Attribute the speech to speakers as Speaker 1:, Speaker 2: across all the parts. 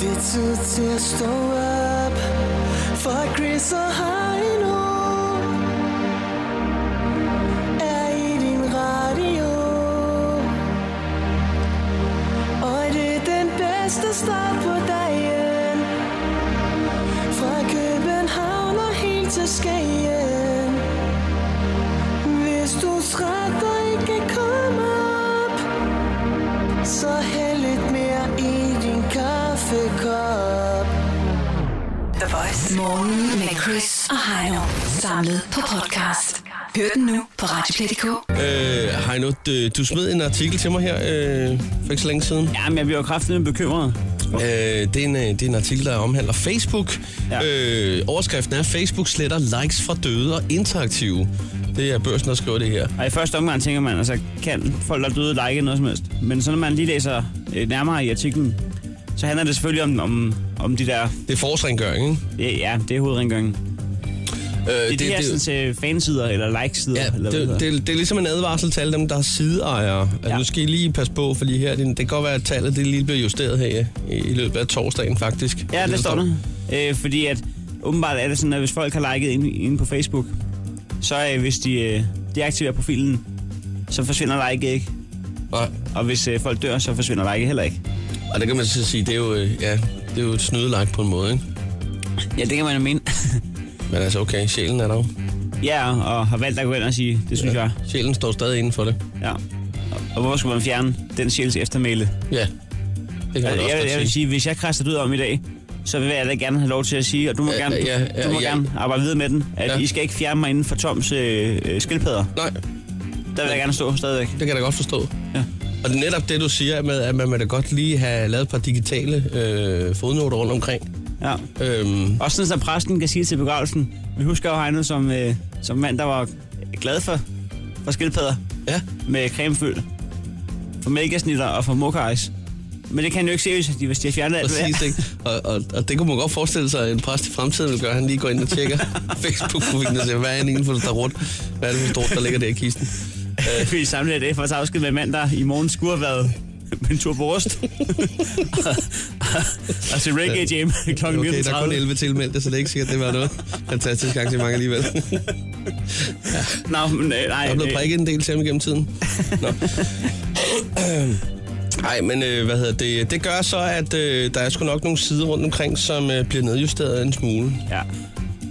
Speaker 1: altid til at stå op For Chris og Heino Er i din radio Og det er den bedste start på dagen Fra København og helt til Skagen Hvis du er træt og ikke kan komme op Så hæld lidt mere i din kaffekop
Speaker 2: The Voice. Morgen med Chris og Heino. Samlet på podcast. Hør den nu på Radioplay.dk.
Speaker 3: Øh, Heino, du, du smed en artikel til mig her øh, for ikke så længe siden.
Speaker 4: Jamen, jeg bliver jo kraftigt bekymret.
Speaker 3: Øh, det, er en, øh, det er en artikel, der omhandler Facebook.
Speaker 4: Ja.
Speaker 3: Ja. Øh, overskriften er, Facebook sletter likes fra døde og interaktive. Det er børsen, der skriver det her.
Speaker 4: Og i første omgang tænker man, altså, kan folk, der er døde, like noget som helst? Men så når man lige læser øh, nærmere i artiklen, så handler det selvfølgelig om, om, om de der...
Speaker 3: Det er forårsrengøring, ikke?
Speaker 4: Ja, ja det er hovedrengøringen.
Speaker 3: Øh,
Speaker 4: Det er de her sådan, øh, fansider eller likesider.
Speaker 3: Ja,
Speaker 4: eller hvad
Speaker 3: det,
Speaker 4: hedder.
Speaker 3: det, det er ligesom en advarsel til alle dem, der er sideejere. Altså,
Speaker 4: Ja.
Speaker 3: ja. Nu skal I lige passe på, fordi her, det, det kan godt være, at tallet det lige bliver justeret her i, i løbet af torsdagen, faktisk.
Speaker 4: Ja, det står der. Øh, fordi at, åbenbart er det sådan, at hvis folk har liket inde, inde på Facebook, så øh, hvis de øh, deaktiverer profilen, så forsvinder like ikke.
Speaker 3: Nej,
Speaker 4: Og hvis øh, folk dør, så forsvinder like heller ikke.
Speaker 3: og det kan man så sige, det er jo, øh, ja, det er jo et snydelag på en måde, ikke?
Speaker 4: Ja, det kan man jo mene.
Speaker 3: Men altså, okay, sjælen er der jo.
Speaker 4: ja, og har valgt at gå ind og sige, det synes ja. jeg.
Speaker 3: Sjælen står stadig inden for det.
Speaker 4: Ja. Og- Og hvor skulle man fjerne den sjæls eftermæle?
Speaker 3: Ja, det kan man også
Speaker 4: Altså, jeg, vil,
Speaker 3: godt
Speaker 4: jeg vil
Speaker 3: sige.
Speaker 4: sige, hvis jeg kræster ud om i dag, så vil jeg da gerne have lov til at sige, og du må,
Speaker 3: Ja,
Speaker 4: gerne,
Speaker 3: ja, ja,
Speaker 4: du må
Speaker 3: ja.
Speaker 4: gerne arbejde videre med den, at
Speaker 3: Ja.
Speaker 4: I skal ikke fjerne mig inden for Toms øh, øh, skildpadder.
Speaker 3: Nej,
Speaker 4: Der vil jeg gerne stå stadigvæk.
Speaker 3: det kan jeg da godt forstå.
Speaker 4: Ja.
Speaker 3: Og netop det, du siger med, at man vil da godt lige have lavet et par digitale øh, fodnoter rundt omkring.
Speaker 4: Ja.
Speaker 3: Øhm,
Speaker 4: Også sådan, så præsten kan sige til begravelsen, vi husker jo Heino som, øh, som mand, der var glad for, for skildpadder
Speaker 3: ja,
Speaker 4: med cremefyld, for mælkesnitter og for mokajs. Men det kan jo ikke se, hvis de, hvis de har fjernet alt det
Speaker 3: præcis.
Speaker 4: her.
Speaker 3: Ikke? Og, og, og det kunne man godt forestille sig, at en præst i fremtiden vil gøre. Han lige går ind og tjekker Facebook-profilen og siger, hvad er det egentlig for der er rundt? Hvad er det for stort, der ligger der i kisten?
Speaker 4: Vi samler det for at tage afsked med en mand, der i morgen skulle have været med en tur på ost. og til Reggae Jam kl.
Speaker 3: Okay, der er kun
Speaker 4: 19.30.
Speaker 3: 11 tilmeldte, så det er ikke sikkert, det var noget fantastisk arrangement alligevel.
Speaker 4: Nå, men øh, nej.
Speaker 3: Jeg er blevet
Speaker 4: øh,
Speaker 3: prikket en del til ham gennem tiden. Nå. Nej, men øh, hvad hedder det? Det gør så, at øh, der er sgu nok nogle sider rundt omkring, som øh, bliver nedjusteret en smule.
Speaker 4: Ja.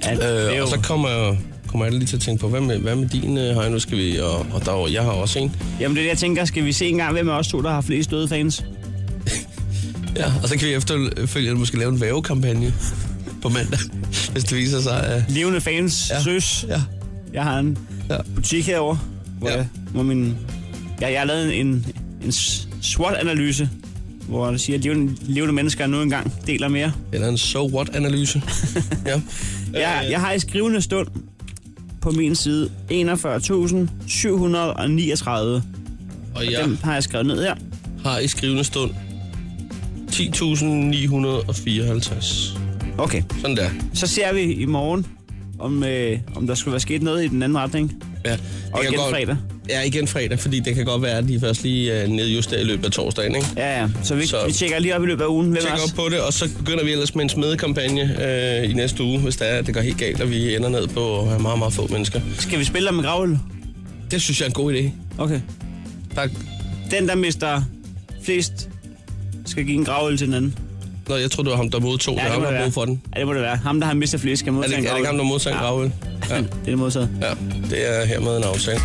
Speaker 4: At, det er
Speaker 3: Øh,
Speaker 4: jo,
Speaker 3: og så kommer jeg, kommer jeg lige til at tænke på, hvad med, hvad med din øh, høj, nu skal vi, og, og der, er jo- jeg har også en.
Speaker 4: Jamen det er det, jeg tænker, skal vi se engang, hvem af os to, der har flest døde fans?
Speaker 3: Ja, og så kan vi efterfølgende måske lave en vævekampagne på mandag, hvis det viser sig, at...
Speaker 4: Levende fans, ja.
Speaker 3: Ja.
Speaker 4: søs.
Speaker 3: Ja,
Speaker 4: Jeg har en
Speaker 3: ja.
Speaker 4: butik herover, hvor, ja.
Speaker 3: Ja.
Speaker 4: jeg, hvor min, ja, jeg har lavet en, en s- SWOT-analyse, hvor det siger, at levende, levende mennesker nu engang deler mere.
Speaker 3: Eller en so what-analyse. ja.
Speaker 4: Jeg,
Speaker 3: Øh.
Speaker 4: jeg har i skrivende stund på min side 41.739.
Speaker 3: Øh, Og
Speaker 4: Ja.
Speaker 3: jeg
Speaker 4: Dem har jeg skrevet ned her.
Speaker 3: har i skrivende stund 10.954.
Speaker 4: Okay,
Speaker 3: Sådan der.
Speaker 4: så ser vi i morgen, om, øh, om der skulle være sket noget i den anden retning.
Speaker 3: Ja. Det
Speaker 4: Og
Speaker 3: kan
Speaker 4: igen fredag.
Speaker 3: Ja, igen fredag, fordi det kan godt være, at de først lige øh, nedjusterer i løbet af torsdagen, ikke?
Speaker 4: Ja, ja. Så vi, så
Speaker 3: Så-
Speaker 4: vi tjekker lige op i løbet af ugen, hvem
Speaker 3: Tjek
Speaker 4: os.
Speaker 3: op på det, og så begynder vi ellers med en smedekampagne øh, i næste uge, hvis det er, at det går helt galt, og vi ender ned på at have meget, meget få mennesker.
Speaker 4: Skal vi spille om en gravl?
Speaker 3: Det synes jeg er en god idé.
Speaker 4: Okay.
Speaker 3: Tak.
Speaker 4: Den, der mister flest, skal give en gravøl til den anden.
Speaker 3: Nå, jeg tror, det var ham, der modtog ja, det. Ham,
Speaker 4: det
Speaker 3: der har
Speaker 4: være.
Speaker 3: brug for den.
Speaker 4: Ja, det må det være. Ham, der har mistet flest, skal
Speaker 3: Er det,
Speaker 4: modtage
Speaker 3: er
Speaker 4: en
Speaker 3: det ikke ham, der modtager en gravøl?
Speaker 4: Ja.
Speaker 3: Ja.
Speaker 4: det er det modsatte.
Speaker 3: ja, det er hermed en aftale.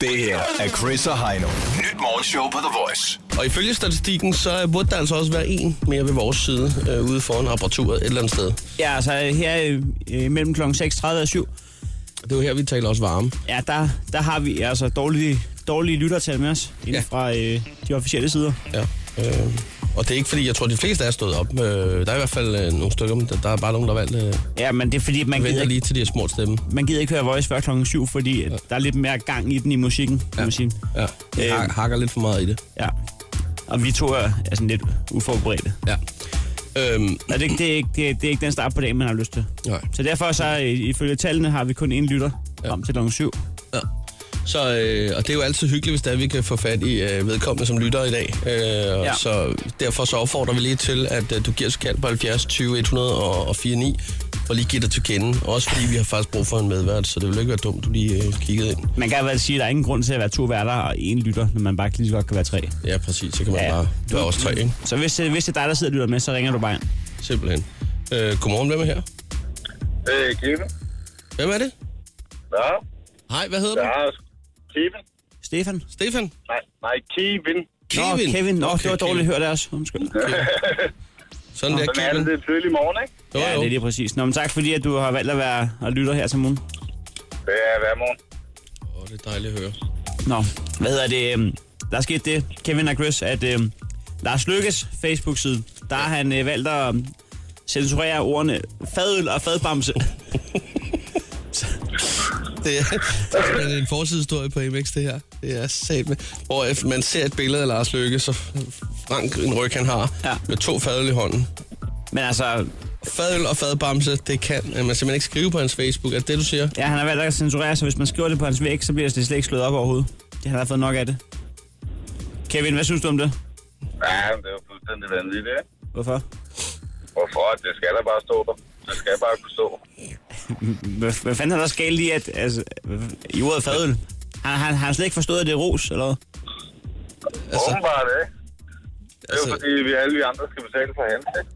Speaker 5: Det her er Chris og Heino. Nyt morgenshow på The Voice.
Speaker 3: Og ifølge statistikken, så burde der altså også være en mere ved vores side, øh, ude foran apparaturet et eller andet sted.
Speaker 4: Ja, altså her øh, mellem kl. 6.30 og 7,
Speaker 3: Det er jo her, vi taler også varme.
Speaker 4: ja, der, der har vi altså dårlige, dårlige lyttertal med os, inden
Speaker 3: Ja.
Speaker 4: fra øh, de officielle sider.
Speaker 3: Ja. Øh, og det er ikke fordi, jeg tror, de fleste er stået op. Øh, der er i hvert fald øh, nogle stykker, men der, der er bare nogen, der valgte øh,
Speaker 4: Ja, men det er fordi, at man gider,
Speaker 3: venter
Speaker 4: ikke,
Speaker 3: lige til de er smurt stemme.
Speaker 4: man gider ikke høre Voice før klokken 7, fordi ja. der er lidt mere gang i den i musikken, kan man sige.
Speaker 3: Ja,
Speaker 4: Øh,
Speaker 3: øh, hak, hakker lidt for meget i det.
Speaker 4: Ja. Og vi to er, er sådan lidt uforberedte.
Speaker 3: Ja. Øhm,
Speaker 4: Og det, det, er ikke, det, er- det er ikke den start på dagen, man har lyst til.
Speaker 3: nej.
Speaker 4: Så derfor så øh, ifølge tallene har vi kun en lytter ja. om til klokken 7.
Speaker 3: Ja. Så, øh, og det er jo altid hyggeligt, hvis det er, vi kan få fat i øh, vedkommende som lytter i dag. Øh, ja.
Speaker 4: Ja.
Speaker 3: Så derfor så opfordrer vi lige til, at øh, du giver os et kald på 70 20 104 9, og lige giver dig til kende. Også fordi vi har faktisk brug for en medvært, så det ville ikke være dumt, du lige øh, kiggede ind.
Speaker 4: Man kan i hvert fald sige, at der er ingen grund til at være to værter og en lytter, når man bare lige så godt kan være tre.
Speaker 3: Ja, præcis. Så kan man ja.
Speaker 4: Ja.
Speaker 3: bare være os tre, ikke?
Speaker 4: Så hvis, øh, hvis det er dig, der sidder og lytter med, så ringer du bare ind.
Speaker 3: Simpelthen. Øh, godmorgen, hvem er her?
Speaker 6: Øh, Kevin.
Speaker 3: Hvem er det?
Speaker 6: Ja,
Speaker 3: Hej, hvad hedder du?
Speaker 6: der er Kevin.
Speaker 4: Stefan?
Speaker 3: Stefan?
Speaker 6: Nej, nej, Kevin.
Speaker 3: Kevin?
Speaker 4: Nå, Kevin. Nå, okay, det var
Speaker 3: Okay,
Speaker 4: dårligt hørt af os. Undskyld.
Speaker 3: Sådan der,
Speaker 6: Sådan er det,
Speaker 3: Kevin.
Speaker 6: det er tidlig morgen, ikke?
Speaker 3: Jo,
Speaker 4: Ja,
Speaker 3: jo.
Speaker 4: det er lige præcis. Nå, men tak fordi, at du har valgt at være og lytter her til morgen.
Speaker 6: Det er hver morgen.
Speaker 3: Åh, det er dejligt at høre.
Speaker 4: Nå, hvad hedder det? øhm, Der er sket det, Kevin og Chris, at øh, Lars Lykkes Facebook-side, der har han øh, valgt at øhm, censurere ordene fadøl og fadbamse.
Speaker 3: Det er, det er en forsidehistorie på MX, det her. Det er satme. Hvor if man ser et billede af Lars Løkke, så rank en ryg, han har, ja.
Speaker 4: Ja.
Speaker 3: med to fadøl i hånden.
Speaker 4: Men altså,
Speaker 3: Fadøl og fadbamse, det kan øh, man simpelthen ikke skrive på hans Facebook. Er det det, du siger?
Speaker 4: ja, han har valgt at censurere, så hvis man skriver det på hans væg, så bliver det slet ikke slået op overhovedet. Det han har fået nok af det. Kevin, hvad synes du om det?
Speaker 6: Ja, men det er jo fuldstændig vanvittigt, ikke?
Speaker 4: Hvorfor?
Speaker 6: Hvorfor? Det skal der bare stå der. Det skal bare kunne stå.
Speaker 4: Hvad, hvad fanden er der skalt i, at, altså, i ordet fadøl? Har han, han slet ikke forstået, at det er ros, eller hvad?
Speaker 6: Altså, Åbenbart, ikke? Det er jo
Speaker 3: Altså-
Speaker 6: fordi, vi alle vi andre skal betale for hans, ikke?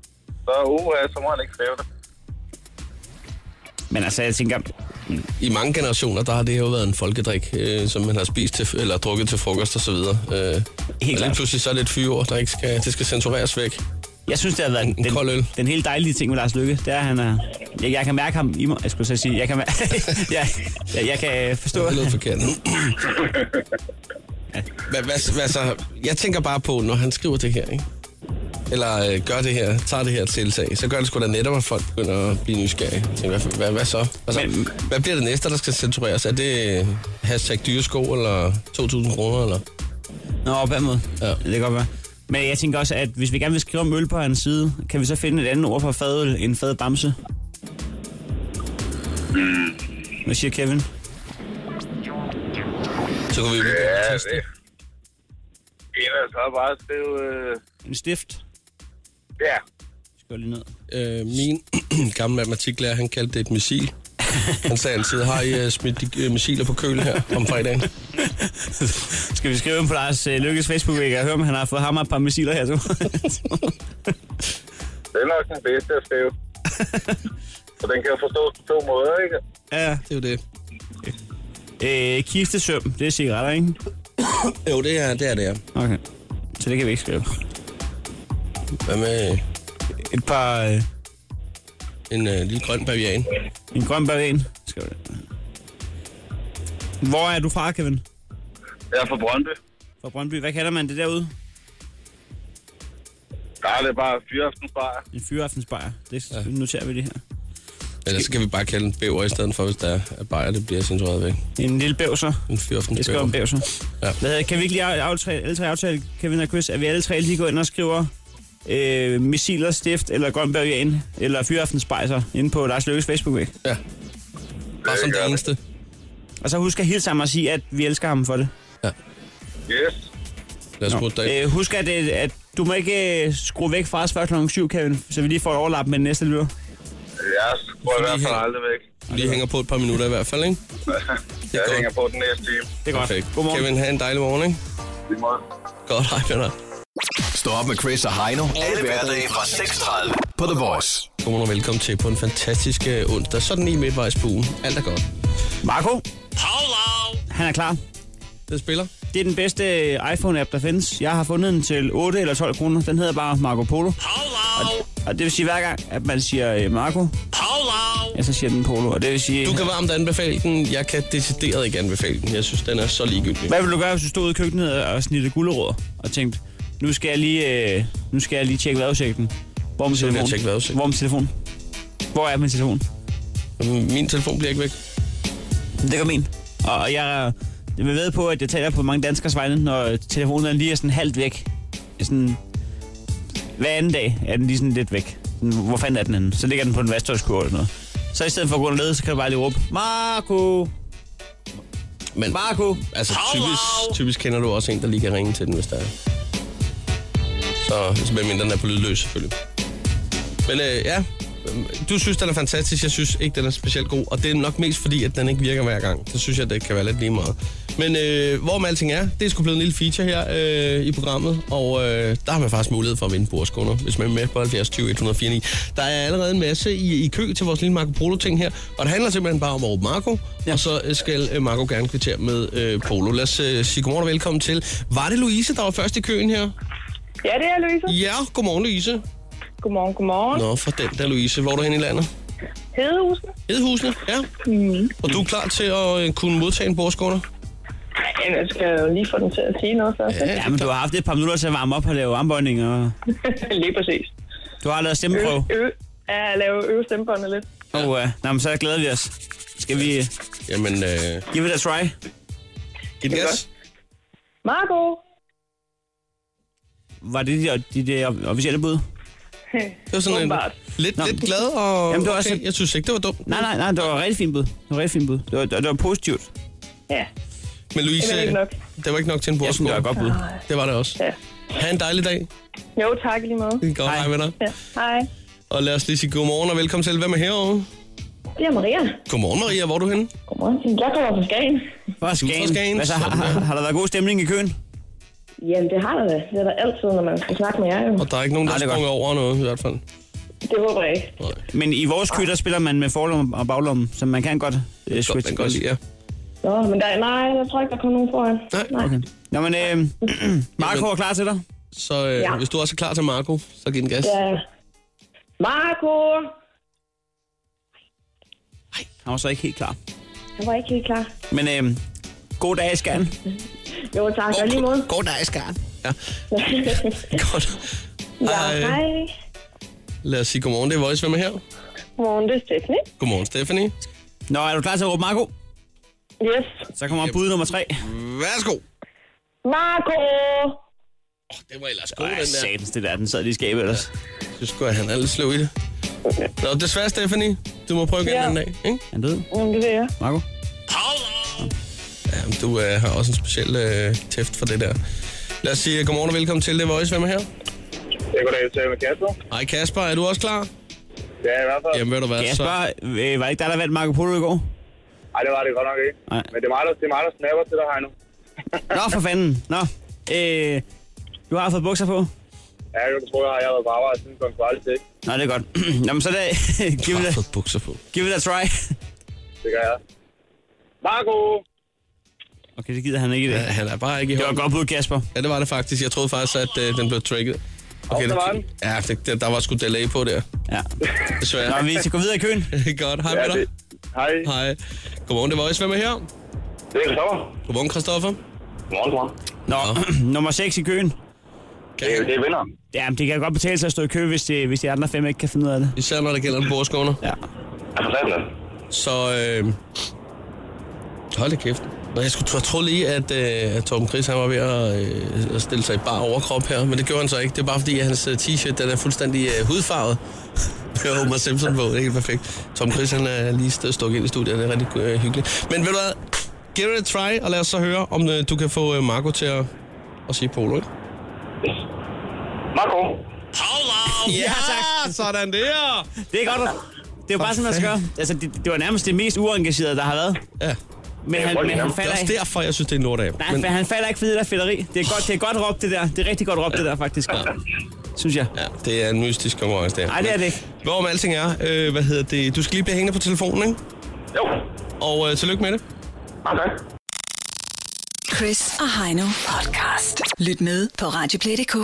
Speaker 6: Så uha, så må han ikke skrive det.
Speaker 4: Men altså, jeg tænker,
Speaker 3: I mange generationer, der har det her jo været en folkedrik, øh, som man har spist til, eller drukket til frokost og så videre. Øh, Helt og lige
Speaker 4: klart.
Speaker 3: pludselig så er det et fyreord, der ikke skal, det skal censureres væk.
Speaker 4: jeg synes, det har været
Speaker 3: En- en kold øl.
Speaker 4: den, den helt dejlige ting med Lars Lykke. Det er, at han er... Jeg, jeg kan mærke ham i mig, jeg skulle så sige. Jeg kan, mær- jeg, jeg, jeg kan øh, forstå...
Speaker 3: Det lød forkert. hvad, hvad, hvad, så, jeg tænker bare på, når han skriver det her, ikke? eller øh, gør det her, tager det her tiltag, så gør det sgu da netop, at folk begynder at blive nysgerrige. Jeg Tænker, hvad, hvad, hvad så? Altså, Men,
Speaker 4: Men-
Speaker 3: hvad bliver det næste, der skal censureres? Er det øh, hashtag dyresko, eller 2.000 kroner, eller?
Speaker 4: Nå, på den måde.
Speaker 3: Ja.
Speaker 4: Ja. Det kan godt være. Men jeg tænker også, at hvis vi gerne vil skrive om øl på hans side, kan vi så finde et andet ord for fadøl end fadbamse? Hvad siger Kevin?
Speaker 3: Så kan vi jo lige
Speaker 6: Ja,
Speaker 3: ja,
Speaker 6: det. Ellers så altså bare skrive... Øh,
Speaker 4: En stift?
Speaker 6: ja,
Speaker 4: Skal lige ned.
Speaker 3: øh, Min gamle matematiklærer, han kaldte det et missil. Han sagde altid, har I øh, smidt de øh, missiler på køl her om fredagen?
Speaker 4: Skal vi skrive ind på Lars øh, Lykkes facebook væg og høre, om han har fået ham og et par missiler her? Så.
Speaker 6: det er nok den bedste at skrive. Og den kan forstås på to måder, ikke?
Speaker 4: ja.
Speaker 3: Det er jo det.
Speaker 4: Øh, kistesøm, det er cigaretter, ikke?
Speaker 3: Jo, det er det, er, det er.
Speaker 4: Okay. Så det kan vi ikke skrive.
Speaker 3: Hvad med
Speaker 4: Et par... Øh,
Speaker 3: en øh, lille grøn bavian?
Speaker 4: en grøn bavian. Skal vi Hvor er du fra, Kevin?
Speaker 6: Jeg er fra Brøndby.
Speaker 4: Fra Brøndby. Hvad kalder man det derude?
Speaker 6: Der er det bare fyraftensbar.
Speaker 4: En fyraftensbajer. Det ja. noterer vi det her.
Speaker 3: Eller så kan vi bare kalde den bæver i stedet for, hvis der er bajer, det bliver censureret væk.
Speaker 4: En lille bævser.
Speaker 3: En fyrften
Speaker 4: Jeg skriver en bævser.
Speaker 3: Ja.
Speaker 4: Hvad hedder, kan vi ikke lige af- aftale, alle tre aftale, Kevin og Chris, at vi alle tre lige går ind og skriver øh, missiler, stift eller grøn bavian eller fyraftensbejser inde på Lars Løkkes Facebook-væg.
Speaker 3: Ja. Bare som det eneste.
Speaker 4: Og så husk at hilse ham og sige, at vi elsker ham for det.
Speaker 6: Yes.
Speaker 3: Lad os putte dig ind.
Speaker 4: Øh, husk, at, øh, at du må ikke øh, skrue væk fra os før kl. 7, Kevin, så vi lige får et overlap med den næste lytter.
Speaker 6: Jeg går i hvert fald aldrig væk.
Speaker 3: Lige hænger på et par minutter i hvert fald, ikke?
Speaker 6: Jeg
Speaker 3: godt.
Speaker 6: hænger på den næste time.
Speaker 4: Det er godt.
Speaker 3: Perfekt.
Speaker 4: Godmorgen.
Speaker 3: Kevin, have en dejlig morgen, ikke?
Speaker 6: Lige måde.
Speaker 3: Godt, hej, Bjørn.
Speaker 5: Stå op med Chris og Heino. Alle hverdage fra 6.30 på The Voice.
Speaker 3: Godmorgen og velkommen til på en fantastisk øh, onsdag. Sådan lige midtvejs på ugen. Alt er godt.
Speaker 4: Marco. Han er klar.
Speaker 3: Den spiller.
Speaker 4: Det er den bedste øh, iPhone-app, der findes. Jeg har fundet den til 8 eller 12 kroner. Den hedder bare Marco Polo. Og, og det vil sige, hver gang, at man siger øh, Marco, ja, så siger den Polo. Og det vil sige...
Speaker 3: Du kan varmt anbefale den. Jeg kan decideret ikke anbefale den. Jeg synes, den er så ligegyldig.
Speaker 4: Hvad ville du gøre, hvis du stod ude i køkkenet og snittede gulerødder og tænkte, nu skal jeg lige, øh, nu skal jeg lige tjekke vejrudsigten. Hvor er min
Speaker 3: vil jeg
Speaker 4: telefon?
Speaker 3: tjekke vejrudsigten.
Speaker 4: Hvor er min telefon? Hvor er min telefon?
Speaker 3: Min telefon bliver ikke væk.
Speaker 4: Det kan min. Og jeg, jeg vil ved på, at jeg taler på mange danskers vegne, når telefonen er lige er sådan halvt væk. Sådan, hver anden dag er den lige sådan lidt væk. Sådan, Hvor fanden er den henne? Så ligger den på en vasktøjskurve eller noget. Så i stedet for at gå ned, så kan du bare lige råbe, Marco!
Speaker 3: men
Speaker 4: Marco.
Speaker 3: altså, typisk, typisk kender du også en, der lige kan ringe til den, hvis der er. Så, så medmindre den er på lydløs, selvfølgelig. Men øh, ja, du synes, den er fantastisk. Jeg synes ikke, den er specielt god. Og det er nok mest fordi, at den ikke virker hver gang. Så synes jeg, det kan være lidt lige meget. Men øh, hvor med alting er, det er sgu blevet en lille feature her øh, i programmet. Og øh, der har man faktisk mulighed for at vinde bordskunder, hvis man er med på 70 20 149. Der er allerede en masse i, i kø til vores lille Marco Polo-ting her. Og det handler simpelthen bare om at råbe Marco. Ja. Og så øh, skal øh, Marco gerne kvittere med øh, Polo. Lad os øh, sige godmorgen og velkommen til. Var det Louise, der var først i køen her?
Speaker 7: Ja, det er Louise.
Speaker 3: Ja, godmorgen Louise.
Speaker 7: Godmorgen, godmorgen.
Speaker 3: Nå, for den der Louise. Hvor er du hen i landet?
Speaker 7: Hedehusen?
Speaker 3: Hedehusene, ja. Mm. Og du er klar til at øh, kunne modtage en bordskunder?
Speaker 7: Jamen, jeg skal jo lige få den til at sige noget først. Ja.
Speaker 4: Ja, men du har haft et par minutter til at varme op og lave armbånding, og
Speaker 7: lige præcis.
Speaker 4: du har lavet stemmeprøve.
Speaker 7: Ø, ja, lave øve stemmebåndene lidt.
Speaker 4: Og uh, nej, men så glæder vi os. Skal vi øh,
Speaker 3: Jamen, øh,
Speaker 4: give it a try?
Speaker 3: giv den gas.
Speaker 7: Marco!
Speaker 4: Var det dit, dit, dit øh, officielle bud?
Speaker 3: Det var sådan en
Speaker 7: Åbenbart.
Speaker 3: lidt,
Speaker 4: Nå,
Speaker 3: lidt glad, og
Speaker 4: Jamen, det var
Speaker 3: okay,
Speaker 4: også-
Speaker 3: jeg synes ikke, det var dumt.
Speaker 4: Nej, nej, nej, det var et rigtig fint bud. Det var et rigtig fint bud. Det var, det var positivt.
Speaker 7: Ja,
Speaker 3: Men Louise,
Speaker 7: det var ikke nok.
Speaker 3: det var ikke nok til en
Speaker 4: Jeg synes, det
Speaker 3: bordskunder.
Speaker 4: var et godt bud.
Speaker 3: Det var det også.
Speaker 7: Ja.
Speaker 3: Ha' en dejlig dag.
Speaker 7: Jo, tak i lige måde.
Speaker 3: Det går hej. hej med dig.
Speaker 7: Ja. Hej.
Speaker 3: Og lad os lige sige godmorgen og velkommen til. Hvem er herovre?
Speaker 7: Det er Maria.
Speaker 3: Godmorgen, Maria. Hvor er du henne?
Speaker 7: Godmorgen. Jeg kommer fra Skagen.
Speaker 4: Hvor er
Speaker 3: Skagen.
Speaker 4: Skagen? Hvad så, har, har, har der været god stemning i køen?
Speaker 7: Jamen, det har der da. Det er der altid, når man skal snakke med jer. Jo.
Speaker 3: Og der er ikke nogen, der
Speaker 4: Nej, det
Speaker 3: er
Speaker 4: er
Speaker 3: sprunget over noget, i hvert fald.
Speaker 7: Det håber jeg ikke.
Speaker 3: Nej,
Speaker 4: Men i vores kø, der spiller man med forlommen og baglommen, så man kan godt øh,
Speaker 3: godt,
Speaker 4: switche.
Speaker 3: den godt lide, ja.
Speaker 7: Nå, men der, nej, jeg tror ikke, der kommer nogen foran.
Speaker 3: Nej,
Speaker 4: Okay. Nå, men øh, Marco er klar til dig.
Speaker 3: Så øh, ja.
Speaker 7: Ja.
Speaker 3: hvis du også er klar til Marco, så giv den gas.
Speaker 7: Ja. Marco!
Speaker 4: Han var så ikke helt klar.
Speaker 7: Jeg var ikke helt klar.
Speaker 4: Men øh, god dag i Skagen.
Speaker 7: Jo, tak. Og i lige måde.
Speaker 3: God dag, Skar. Ja, godt.
Speaker 7: ja,
Speaker 3: Hej.
Speaker 7: hej.
Speaker 3: Lad os sige godmorgen. Det er Voice. Hvem er her?
Speaker 7: Godmorgen, det er Stephanie.
Speaker 3: Godmorgen, Stephanie.
Speaker 4: Nå, er du klar til at råbe Marco?
Speaker 7: Yes.
Speaker 4: Så kommer bud nummer tre.
Speaker 3: Værsgo.
Speaker 7: Marco!
Speaker 3: Det var ellers god,
Speaker 4: Ej,
Speaker 3: den der.
Speaker 4: satans, det der, den sad lige i skabet ellers.
Speaker 3: Du skulle han er lidt sløv i det. Nå, desværre, Stephanie. Du må prøve igen ja.
Speaker 7: Ja.
Speaker 3: en dag, ikke?
Speaker 4: Er han død,
Speaker 7: Jamen, det vil jeg.
Speaker 4: Marco?
Speaker 3: Ja, men du øh, har også en speciel øh, tæft for det der. Lad os sige øh, godmorgen og velkommen til. Det er Voice. Hvem er her?
Speaker 6: Jeg går da til med Kasper.
Speaker 3: Hej Kasper, er du også klar?
Speaker 6: Ja, i hvert fald.
Speaker 3: Jamen, ved du hvad,
Speaker 4: Kasper,
Speaker 3: så...
Speaker 4: øh, var det ikke dig, der vandt Marco Polo i går?
Speaker 6: Ej, det var det godt nok ikke.
Speaker 4: Nej.
Speaker 6: Men det er mig, der, det er mig, der snapper til dig, Heino.
Speaker 4: Nå, for fanden. Nå, øh, du har fået bukser på.
Speaker 6: Ja, jeg kan tro, jeg har jeg har været på arbejde siden klokken kvart i seks.
Speaker 4: Nå, det er godt. Jamen, så da, give,
Speaker 3: Jeg
Speaker 4: it
Speaker 3: har
Speaker 4: a,
Speaker 3: fået bukser på.
Speaker 4: give it a try.
Speaker 6: Det gør jeg. Marco!
Speaker 4: Okay, det gider han ikke i
Speaker 3: Ja,
Speaker 4: dag.
Speaker 3: han er bare ikke i
Speaker 4: Det var et
Speaker 3: hånden.
Speaker 4: godt bud, Kasper.
Speaker 3: Ja, det var det faktisk. Jeg troede faktisk, at øh, den blev tracket.
Speaker 6: der var
Speaker 3: det, ja, det, det, der var sgu delay på der.
Speaker 4: Ja.
Speaker 3: Desværre.
Speaker 4: Nå, vi skal gå videre i køen.
Speaker 3: Godt, hej
Speaker 6: Ja,
Speaker 3: med dig.
Speaker 6: det. Hej.
Speaker 3: Hej. Godmorgen, det er Voice. Hvem er her?
Speaker 6: Det er Christoffer.
Speaker 3: Godmorgen, Christoffer.
Speaker 6: Godmorgen, godmorgen.
Speaker 4: Nå, nummer 6 i køen.
Speaker 6: Det er, det er vinder.
Speaker 4: Jamen, det kan godt betale sig at stå i kø, hvis de, hvis de andre fem ikke kan finde ud af det.
Speaker 3: Især når det gælder en bordskåner.
Speaker 4: Ja.
Speaker 6: Er for satan.
Speaker 3: Så øh, hold da kæft. Nå, jeg skulle jeg troede lige, at, øh, at Torben Chris han var ved at, øh, at stille sig i bar overkrop her, men det gjorde han så ikke. Det er bare fordi, at hans øh, t-shirt den er fuldstændig øh, hudfarvet. Med Homer Simpson på. Det er helt perfekt. Tom Chris han er lige st- stukket ind i studiet. Det er rigtig øh, hyggeligt. Men ved du hvad? Give it a try, og lad os så høre, om øh, du kan få øh, Marco til at, at sige polo, ikke?
Speaker 6: Marco!
Speaker 4: Ja, tak.
Speaker 3: sådan der!
Speaker 4: Det er godt. Det er jo bare sådan, man skal gøre. Altså, det, det, var nærmest det mest uengagerede, der har været.
Speaker 3: Ja,
Speaker 4: Men han, men han
Speaker 3: det er
Speaker 4: falder
Speaker 3: også
Speaker 4: ikke.
Speaker 3: derfor, jeg synes, det er en lortab.
Speaker 4: Nej,
Speaker 3: Men,
Speaker 4: men... han falder ikke for det der fælderi. Det er godt, det er godt råbt, det der. Det er rigtig godt råbt, det der, faktisk. Synes jeg.
Speaker 3: ja, det er en mystisk konkurrence, det her.
Speaker 4: Nej, det er det ikke.
Speaker 3: Hvorom alting er, øh, hvad hedder det, du skal lige blive hængende på telefonen, ikke?
Speaker 6: Jo.
Speaker 3: Og øh, tillykke med det.
Speaker 6: Okay.
Speaker 2: Chris og Heino podcast. Lyt med på Radioplay.dk.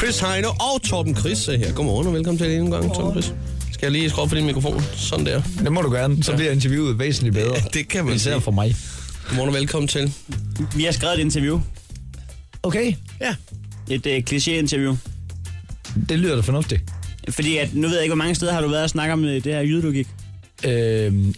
Speaker 3: Chris Heino og Torben Chris er her. Godmorgen og velkommen til endnu en gang, Torben Chris. Skal jeg lige skrue op for din mikrofon? Sådan der.
Speaker 8: Det må du gerne. Så bliver interviewet væsentligt bedre.
Speaker 3: Det kan man
Speaker 8: Især
Speaker 3: sige.
Speaker 8: for mig.
Speaker 3: Godmorgen og velkommen til.
Speaker 4: Vi har skrevet et interview.
Speaker 8: Okay,
Speaker 3: Ja.
Speaker 4: Et øh, kliché-interview.
Speaker 8: det lyder da fornuftigt.
Speaker 4: Fordi at, nu ved jeg ikke, hvor mange steder har du været og snakke om øh, det her jydlogik.
Speaker 8: Øh,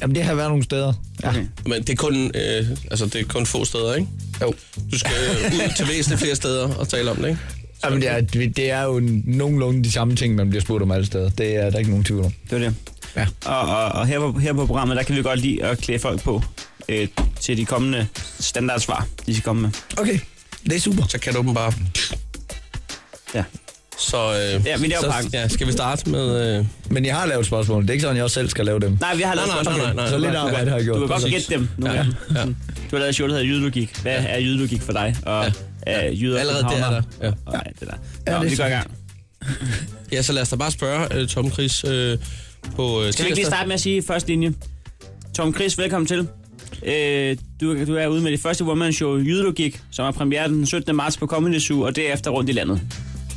Speaker 8: jamen, det har været nogle steder. Ja.
Speaker 4: Okay.
Speaker 3: Men det er kun, øh, altså, det er kun få steder, ikke?
Speaker 8: Jo.
Speaker 3: Du skal øh, ud til væsentligt flere steder og tale om det, ikke?
Speaker 8: Jamen, det er, det er jo nogenlunde de samme ting, man bliver spurgt om alle steder. Det er der er ikke nogen tvivl om.
Speaker 4: Det var det.
Speaker 8: Ja.
Speaker 4: Og, og, og her, på, her på programmet, der kan vi godt lide at klæde folk på. øh, til de kommende standardsvar, de skal komme med.
Speaker 8: Okay, det er super.
Speaker 3: Så kan du dem bare.
Speaker 4: Ja.
Speaker 3: Så, øh,
Speaker 4: Ja, vi laver
Speaker 3: så
Speaker 4: pakken.
Speaker 3: ja, skal vi starte med... Øh,
Speaker 8: Men jeg har lavet spørgsmål. Det er ikke sådan, jeg også selv skal lave dem.
Speaker 4: Nej, vi har lavet
Speaker 3: nej,
Speaker 4: spørgsmål.
Speaker 3: nej, nej, nej.
Speaker 8: Så lidt arbejde har jeg gjort.
Speaker 4: Du kan godt
Speaker 8: Præcis.
Speaker 4: gætte dem nu. Ja.
Speaker 3: ja, ja.
Speaker 4: Du har lavet et show, der hedder Jydlogik. Hvad er jydlogik for dig? Og ja. øh, jyder
Speaker 3: Allerede der er der. Ja.
Speaker 4: Og, ja, det der. Nå,
Speaker 8: Ja, det er
Speaker 4: vi går i
Speaker 8: så
Speaker 4: gang.
Speaker 3: ja, så lad os da bare spørge øh, Tom Chris øh, på øh,
Speaker 4: Skal vi ikke lige starte med at sige i første linje? Tom Chris, velkommen til. Øh, du, du er ude med det første one-man-show, Jydlogik, som er premiere den 17. marts på Comedy Zoo, og derefter rundt i landet.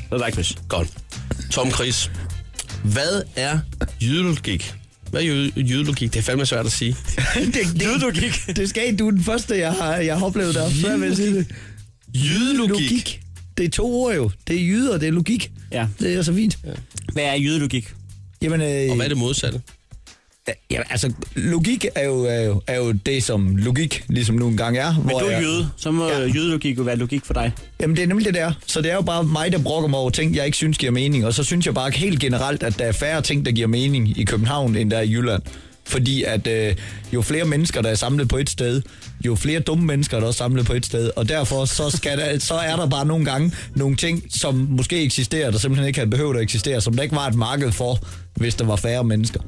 Speaker 4: Så er der Chris.
Speaker 3: Godt. Tom Chris, hvad er jydelogik? Hvad er jyde- jydelogik? Det er fandme svært at sige.
Speaker 8: det, det,
Speaker 4: Jydlogik.
Speaker 8: det skal du er den første, jeg har, jeg har oplevet der. Før vil jeg sige det.
Speaker 3: Jydelogik.
Speaker 8: Logik. Det er to ord jo. Det er jyder, det er logik.
Speaker 4: Ja.
Speaker 8: Det er så fint.
Speaker 4: Hvad er jydlogik?
Speaker 8: Jamen, øh,
Speaker 3: Og hvad er det modsatte?
Speaker 8: jamen, altså, logik er jo, er, jo, er jo det, som logik ligesom nu engang er.
Speaker 4: Men
Speaker 8: hvor
Speaker 4: du er
Speaker 8: jeg-
Speaker 4: jøde, så må ja. jydelogik jo være logik for dig.
Speaker 8: Jamen, det er nemlig det der. Så det er jo bare mig, der brokker mig over ting, jeg ikke synes giver mening. Og så synes jeg bare helt generelt, at der er færre ting, der giver mening i København, end der er i Jylland. Fordi at øh, jo flere mennesker, der er samlet på et sted, jo flere dumme mennesker, der er samlet på et sted. Og derfor så, skal der, så er der bare nogle gange nogle ting, som måske eksisterer, der simpelthen ikke havde behøvet at eksistere, som der ikke var et marked for, hvis der var færre mennesker.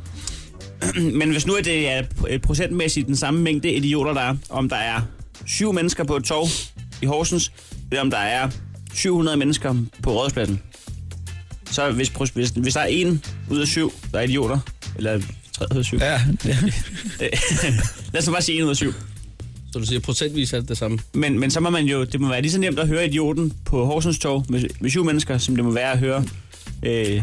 Speaker 4: Men hvis nu er det er øh, procentmæssigt den samme mængde idioter, der er, om der er syv mennesker på et tog i Horsens, eller om der er 700 mennesker på Rådhuspladsen, så hvis, pro- hvis, hvis der er en ud af syv, der er idioter, eller tre ud af syv, ja. lad os nu bare sige en ud af syv,
Speaker 3: Så du siger, procentvis er det det samme.
Speaker 4: men, men så må man jo, det må være lige så nemt at høre idioten på Horsens tog med, med syv mennesker, som det må være at høre øh,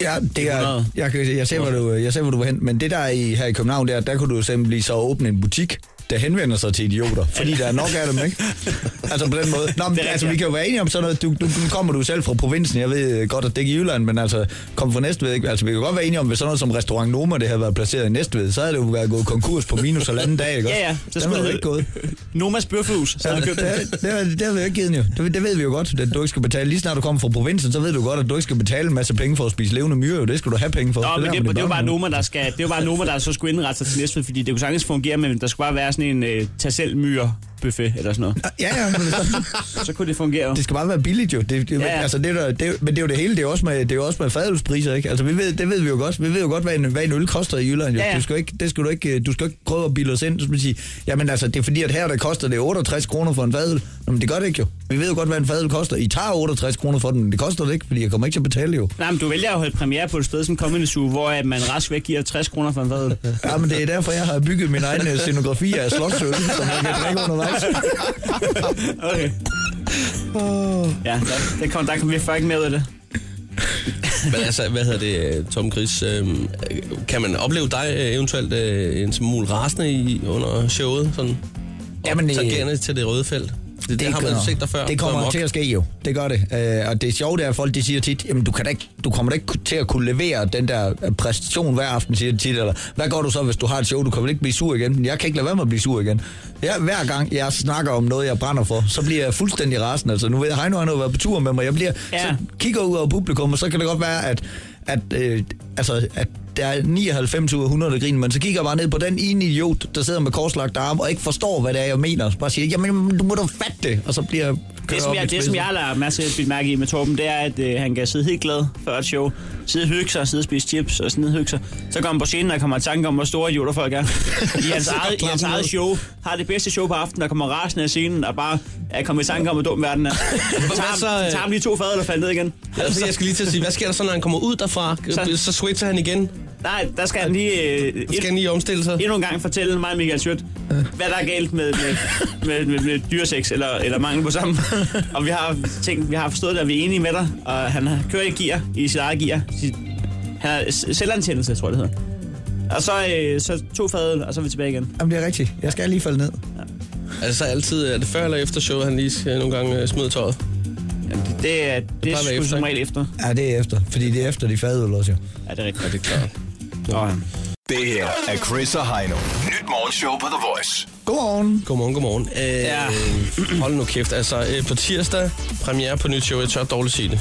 Speaker 8: Ja, det er,
Speaker 4: 100.
Speaker 8: jeg, kan- jeg, ser, hvor du, jeg ser, hvor du vil hen. Men det der i, her i København, der, der kunne du jo simpelthen så åbne en butik, der henvender sig til idioter, fordi der er nok af dem, ikke? Altså på den måde. Nå, men,
Speaker 4: rigtigt,
Speaker 8: altså, vi
Speaker 4: ja.
Speaker 8: kan jo være enige om sådan noget. Du, du, nu kommer du selv fra provinsen, jeg ved øh, godt, at det ikke er i Jylland, men altså, kom fra Næstved, ikke? Altså, vi kan godt være enige om, hvis sådan noget som restaurant Noma, det havde været placeret i Næstved, så havde det jo været gået konkurs på minus halvanden dag, ikke?
Speaker 4: Ja, ja. Så
Speaker 8: Så
Speaker 4: skulle
Speaker 8: den var
Speaker 4: det
Speaker 8: jo ikke
Speaker 4: hedde-
Speaker 8: gået.
Speaker 4: Nomas Bøfhus, så
Speaker 8: Ja,
Speaker 4: har
Speaker 8: det,
Speaker 4: vi
Speaker 8: det,
Speaker 4: købt
Speaker 8: det, det, har vi jo ikke givet den jo. Det, det ved vi jo godt, at du ikke skal betale. Lige snart du kommer fra provinsen, så ved du godt, at du ikke skal betale en masse penge for at spise levende myrer. jo. Det skal du have penge for.
Speaker 4: Nå, men
Speaker 8: der,
Speaker 4: det,
Speaker 8: hvor
Speaker 4: det, det var bare
Speaker 8: børnene.
Speaker 4: Noma, der skal, det var bare Noma, der så skulle indrette sig til Næstved, fordi det kunne sagtens fungere, men der skulle bare være sådan en øh, tag selv myre buffet eller sådan noget.
Speaker 8: Ja, ja. men det-
Speaker 4: Så kunne det fungere.
Speaker 8: Det skal bare være billigt jo. Det, det,
Speaker 4: Ja,
Speaker 8: ja.
Speaker 4: ja.
Speaker 8: altså, det, er der, det, er- men det er jo det hele. Det er jo også med, det er jo også med fadelspriser, ikke? Altså, vi ved, det ved vi jo godt. Vi ved jo godt, hvad en, hvad en øl koster i Jylland. Jo.
Speaker 4: Ja,
Speaker 8: Ja,
Speaker 4: ja.
Speaker 8: ja. Du skal jo ikke, det skal du ikke, øh, du skal jo ikke prøve at bilde os ind. Så skal man sige, jamen altså, det er fordi, at her der koster det 68 kroner for en fadel. Nå, men det gør det ikke jo. Vi ved jo godt, hvad en fadel koster. I tager 68 kroner for den, men det koster det ikke, fordi jeg kommer ikke til at betale jo.
Speaker 4: Nej, men du vælger at holde premiere på et sted som Comedy Zoo, hvor at man rask væk giver 60 kroner for en fadøl.
Speaker 8: Ja, men det er derfor, jeg har bygget min egen øh, scenografi af slotsøl, som jeg kan drikke undervejs.
Speaker 4: Okay. Ja, der, der, kom, der kom vi fucking med ud af det.
Speaker 3: Men altså, hvad hedder det, øh, Tom Chris? Øh, kan man opleve dig øh, eventuelt øh, en smule rasende i, under showet? Sådan,
Speaker 8: Jamen, øh,
Speaker 3: tangerende til det røde felt? Det, det, det har man
Speaker 8: gør-
Speaker 3: jo set dig før.
Speaker 8: Det
Speaker 3: på
Speaker 8: kommer
Speaker 3: Amok.
Speaker 8: til at ske jo. Det gør det. Øh, og det sjove det er, at folk de siger tit, jamen, du, kan da ikke, du kommer da ikke ku- til at kunne levere den der øh, præstation hver aften, siger de tit. Eller, hvad gør du så, hvis du har et show? Du kommer ikke blive sur igen. Men Jeg kan ikke lade være med at blive sur igen. Jeg, hver gang jeg snakker om noget, jeg brænder for, så bliver jeg fuldstændig rasende. Altså, nu ved jeg, Heino han har jo været på tur med mig. Jeg bliver,
Speaker 4: Ja.
Speaker 8: ja. så kigger ud over publikum, og så kan det godt være, at, at, øh, altså, at der er 99 ud af 100, der griner, men så kigger jeg bare ned på den ene idiot, der sidder med korslagt arm og ikke forstår, hvad det er, jeg mener. Så bare siger, jamen, du må da fatte det, og så bliver jeg kørt
Speaker 4: Det
Speaker 8: op
Speaker 4: som,
Speaker 8: i
Speaker 4: jeg, det, som
Speaker 8: spidsen.
Speaker 4: jeg lader masser af bidt mærke i med Torben, det er, at øh, han kan sidde helt glad før et show, sidde og hygge sig, sidde og spise chips og sådan noget hygge sig. Så kommer han på scenen og kommer i tanke om, hvor store idioter folk er. I hans, eget, i hans eget show har det bedste show på aftenen, der kommer rasende af scenen og bare er kommet i tanke om, hvor dum verden er. Så tager,
Speaker 3: så,
Speaker 4: ham-
Speaker 3: øh?
Speaker 4: tager ham lige to fader, der falder ned igen.
Speaker 3: Altså, jeg skal lige til at sige, hvad sker der så, når han kommer ud derfra?
Speaker 4: Så-
Speaker 3: Så, så switcher han igen.
Speaker 4: Nej, der skal han lige... Øh,
Speaker 3: Skal han lige omstille sig?
Speaker 4: endnu en gang fortælle mig, Michael Schødt, hvad der er galt med, med, med, med, med dyresex eller, eller mangel på sammen. Og vi har tænkt, vi har forstået det, at vi er enige med dig, og han har kørt i gear, i sit eget gear. Sit, han har s- selvantændelse, tror jeg, det hedder. Og så, øh, så to fadøl, og så er vi tilbage igen.
Speaker 8: Jamen, det er rigtigt. Jeg skal lige falde ned.
Speaker 3: Altså altid, er det før eller efter showet, han lige skal nogle gange øh, smide tøjet?
Speaker 4: Jamen, det, det, er, det er
Speaker 3: plejer at være
Speaker 4: sgu
Speaker 3: efter,
Speaker 4: som
Speaker 3: ikke?
Speaker 4: regel efter.
Speaker 8: Ja, det er efter, fordi det er efter de fadøl også, jo.
Speaker 4: Ja, det er rigtigt.
Speaker 3: Ja, det er klart.
Speaker 4: Og,
Speaker 5: Det her er Chris og Heino. Nyt morgenshow på The Voice.
Speaker 8: Godmorgen.
Speaker 3: Godmorgen, godmorgen. Øh,
Speaker 4: Ja.
Speaker 3: ja. Hold nu kæft. Altså, øh, på tirsdag, premiere på nyt show. Jeg tør dårligt sige det.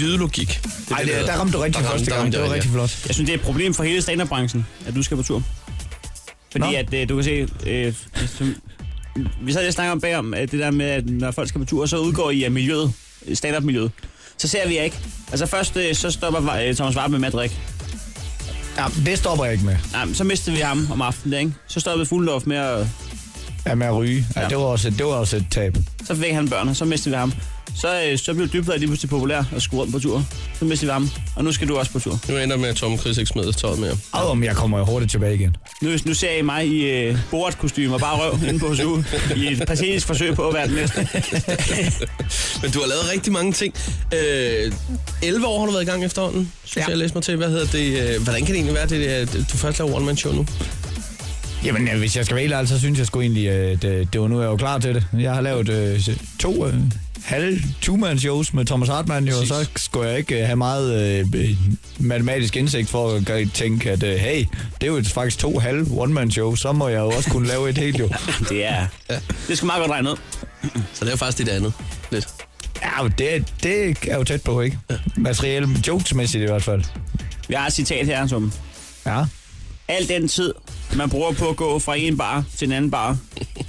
Speaker 3: Jydelogik. Det,
Speaker 8: Ej,
Speaker 3: vi
Speaker 8: det,
Speaker 3: lavede.
Speaker 8: der ramte du rigtig
Speaker 3: Der ramte-
Speaker 8: første
Speaker 3: der
Speaker 8: gang.
Speaker 3: ramte
Speaker 8: Det var
Speaker 3: jeg,
Speaker 8: rigtig flot.
Speaker 4: jeg synes, det er et problem for hele stand branchen at du skal på tur. Fordi
Speaker 8: Nå.
Speaker 4: Nå. at øh, du kan se... Øh, som, vi sad lige og snakkede om bagom, at det der med, at når folk skal på tur, så udgår I af miljøet, stand-up-miljøet. Så ser vi jer ikke. Altså først, øh, så stopper øh, Thomas Warp med at drikke.
Speaker 8: Ja, det stopper jeg ikke med.
Speaker 4: Nej, men så mistede vi ham om aftenen, der, ikke? Så stoppede Fuglendorf med at...
Speaker 8: Ja, med at ryge. Ja,
Speaker 4: Ja.
Speaker 8: det var også, det var også et tab.
Speaker 4: Så fik han børn, og så mistede vi ham. Så, øh, så blev Dybvad lige pludselig populær og skulle rundt på tur. Så mistede vi ham, og nu skal du også på tur.
Speaker 3: Nu ender med, at Tom Chris ikke smider tøjet mere.
Speaker 8: Au, om jeg kommer jo hurtigt tilbage igen.
Speaker 4: Nu, nu ser I mig i øh, borat og bare røv inde på HSU i et patetisk forsøg på at være den næste.
Speaker 3: Men du har lavet rigtig mange ting. Øh, 11 år har du været i gang efterhånden, synes ja.
Speaker 8: Ja.
Speaker 3: jeg læste mig til. Hvad hedder det? øh, Hvordan kan det egentlig være, det, er, at du først laver One Man Show nu?
Speaker 8: Jamen, øh, hvis jeg skal være helt ærlig, så synes jeg sgu egentlig, at øh, det var nu, jeg var klar til det. Jeg har lavet øh, to øh, halve two shows med Thomas Hartmann, jo, og så skulle jeg ikke øh, have meget øh, øh, matematisk indsigt for at gøre- tænke, at øh, hey, det er jo faktisk to halve one-man-show, så må jeg jo også kunne lave et helt jo.
Speaker 4: Det er... Det skal meget godt regne ud.
Speaker 3: Så det er faktisk dit andet. Lidt.
Speaker 8: Ja, men det, det er jo tæt på, ikke? Materiale, jokesmæssigt i hvert fald.
Speaker 4: Vi har et citat her, som...
Speaker 8: Ja.
Speaker 4: Al den tid, man bruger på at gå fra en bar til en anden bar,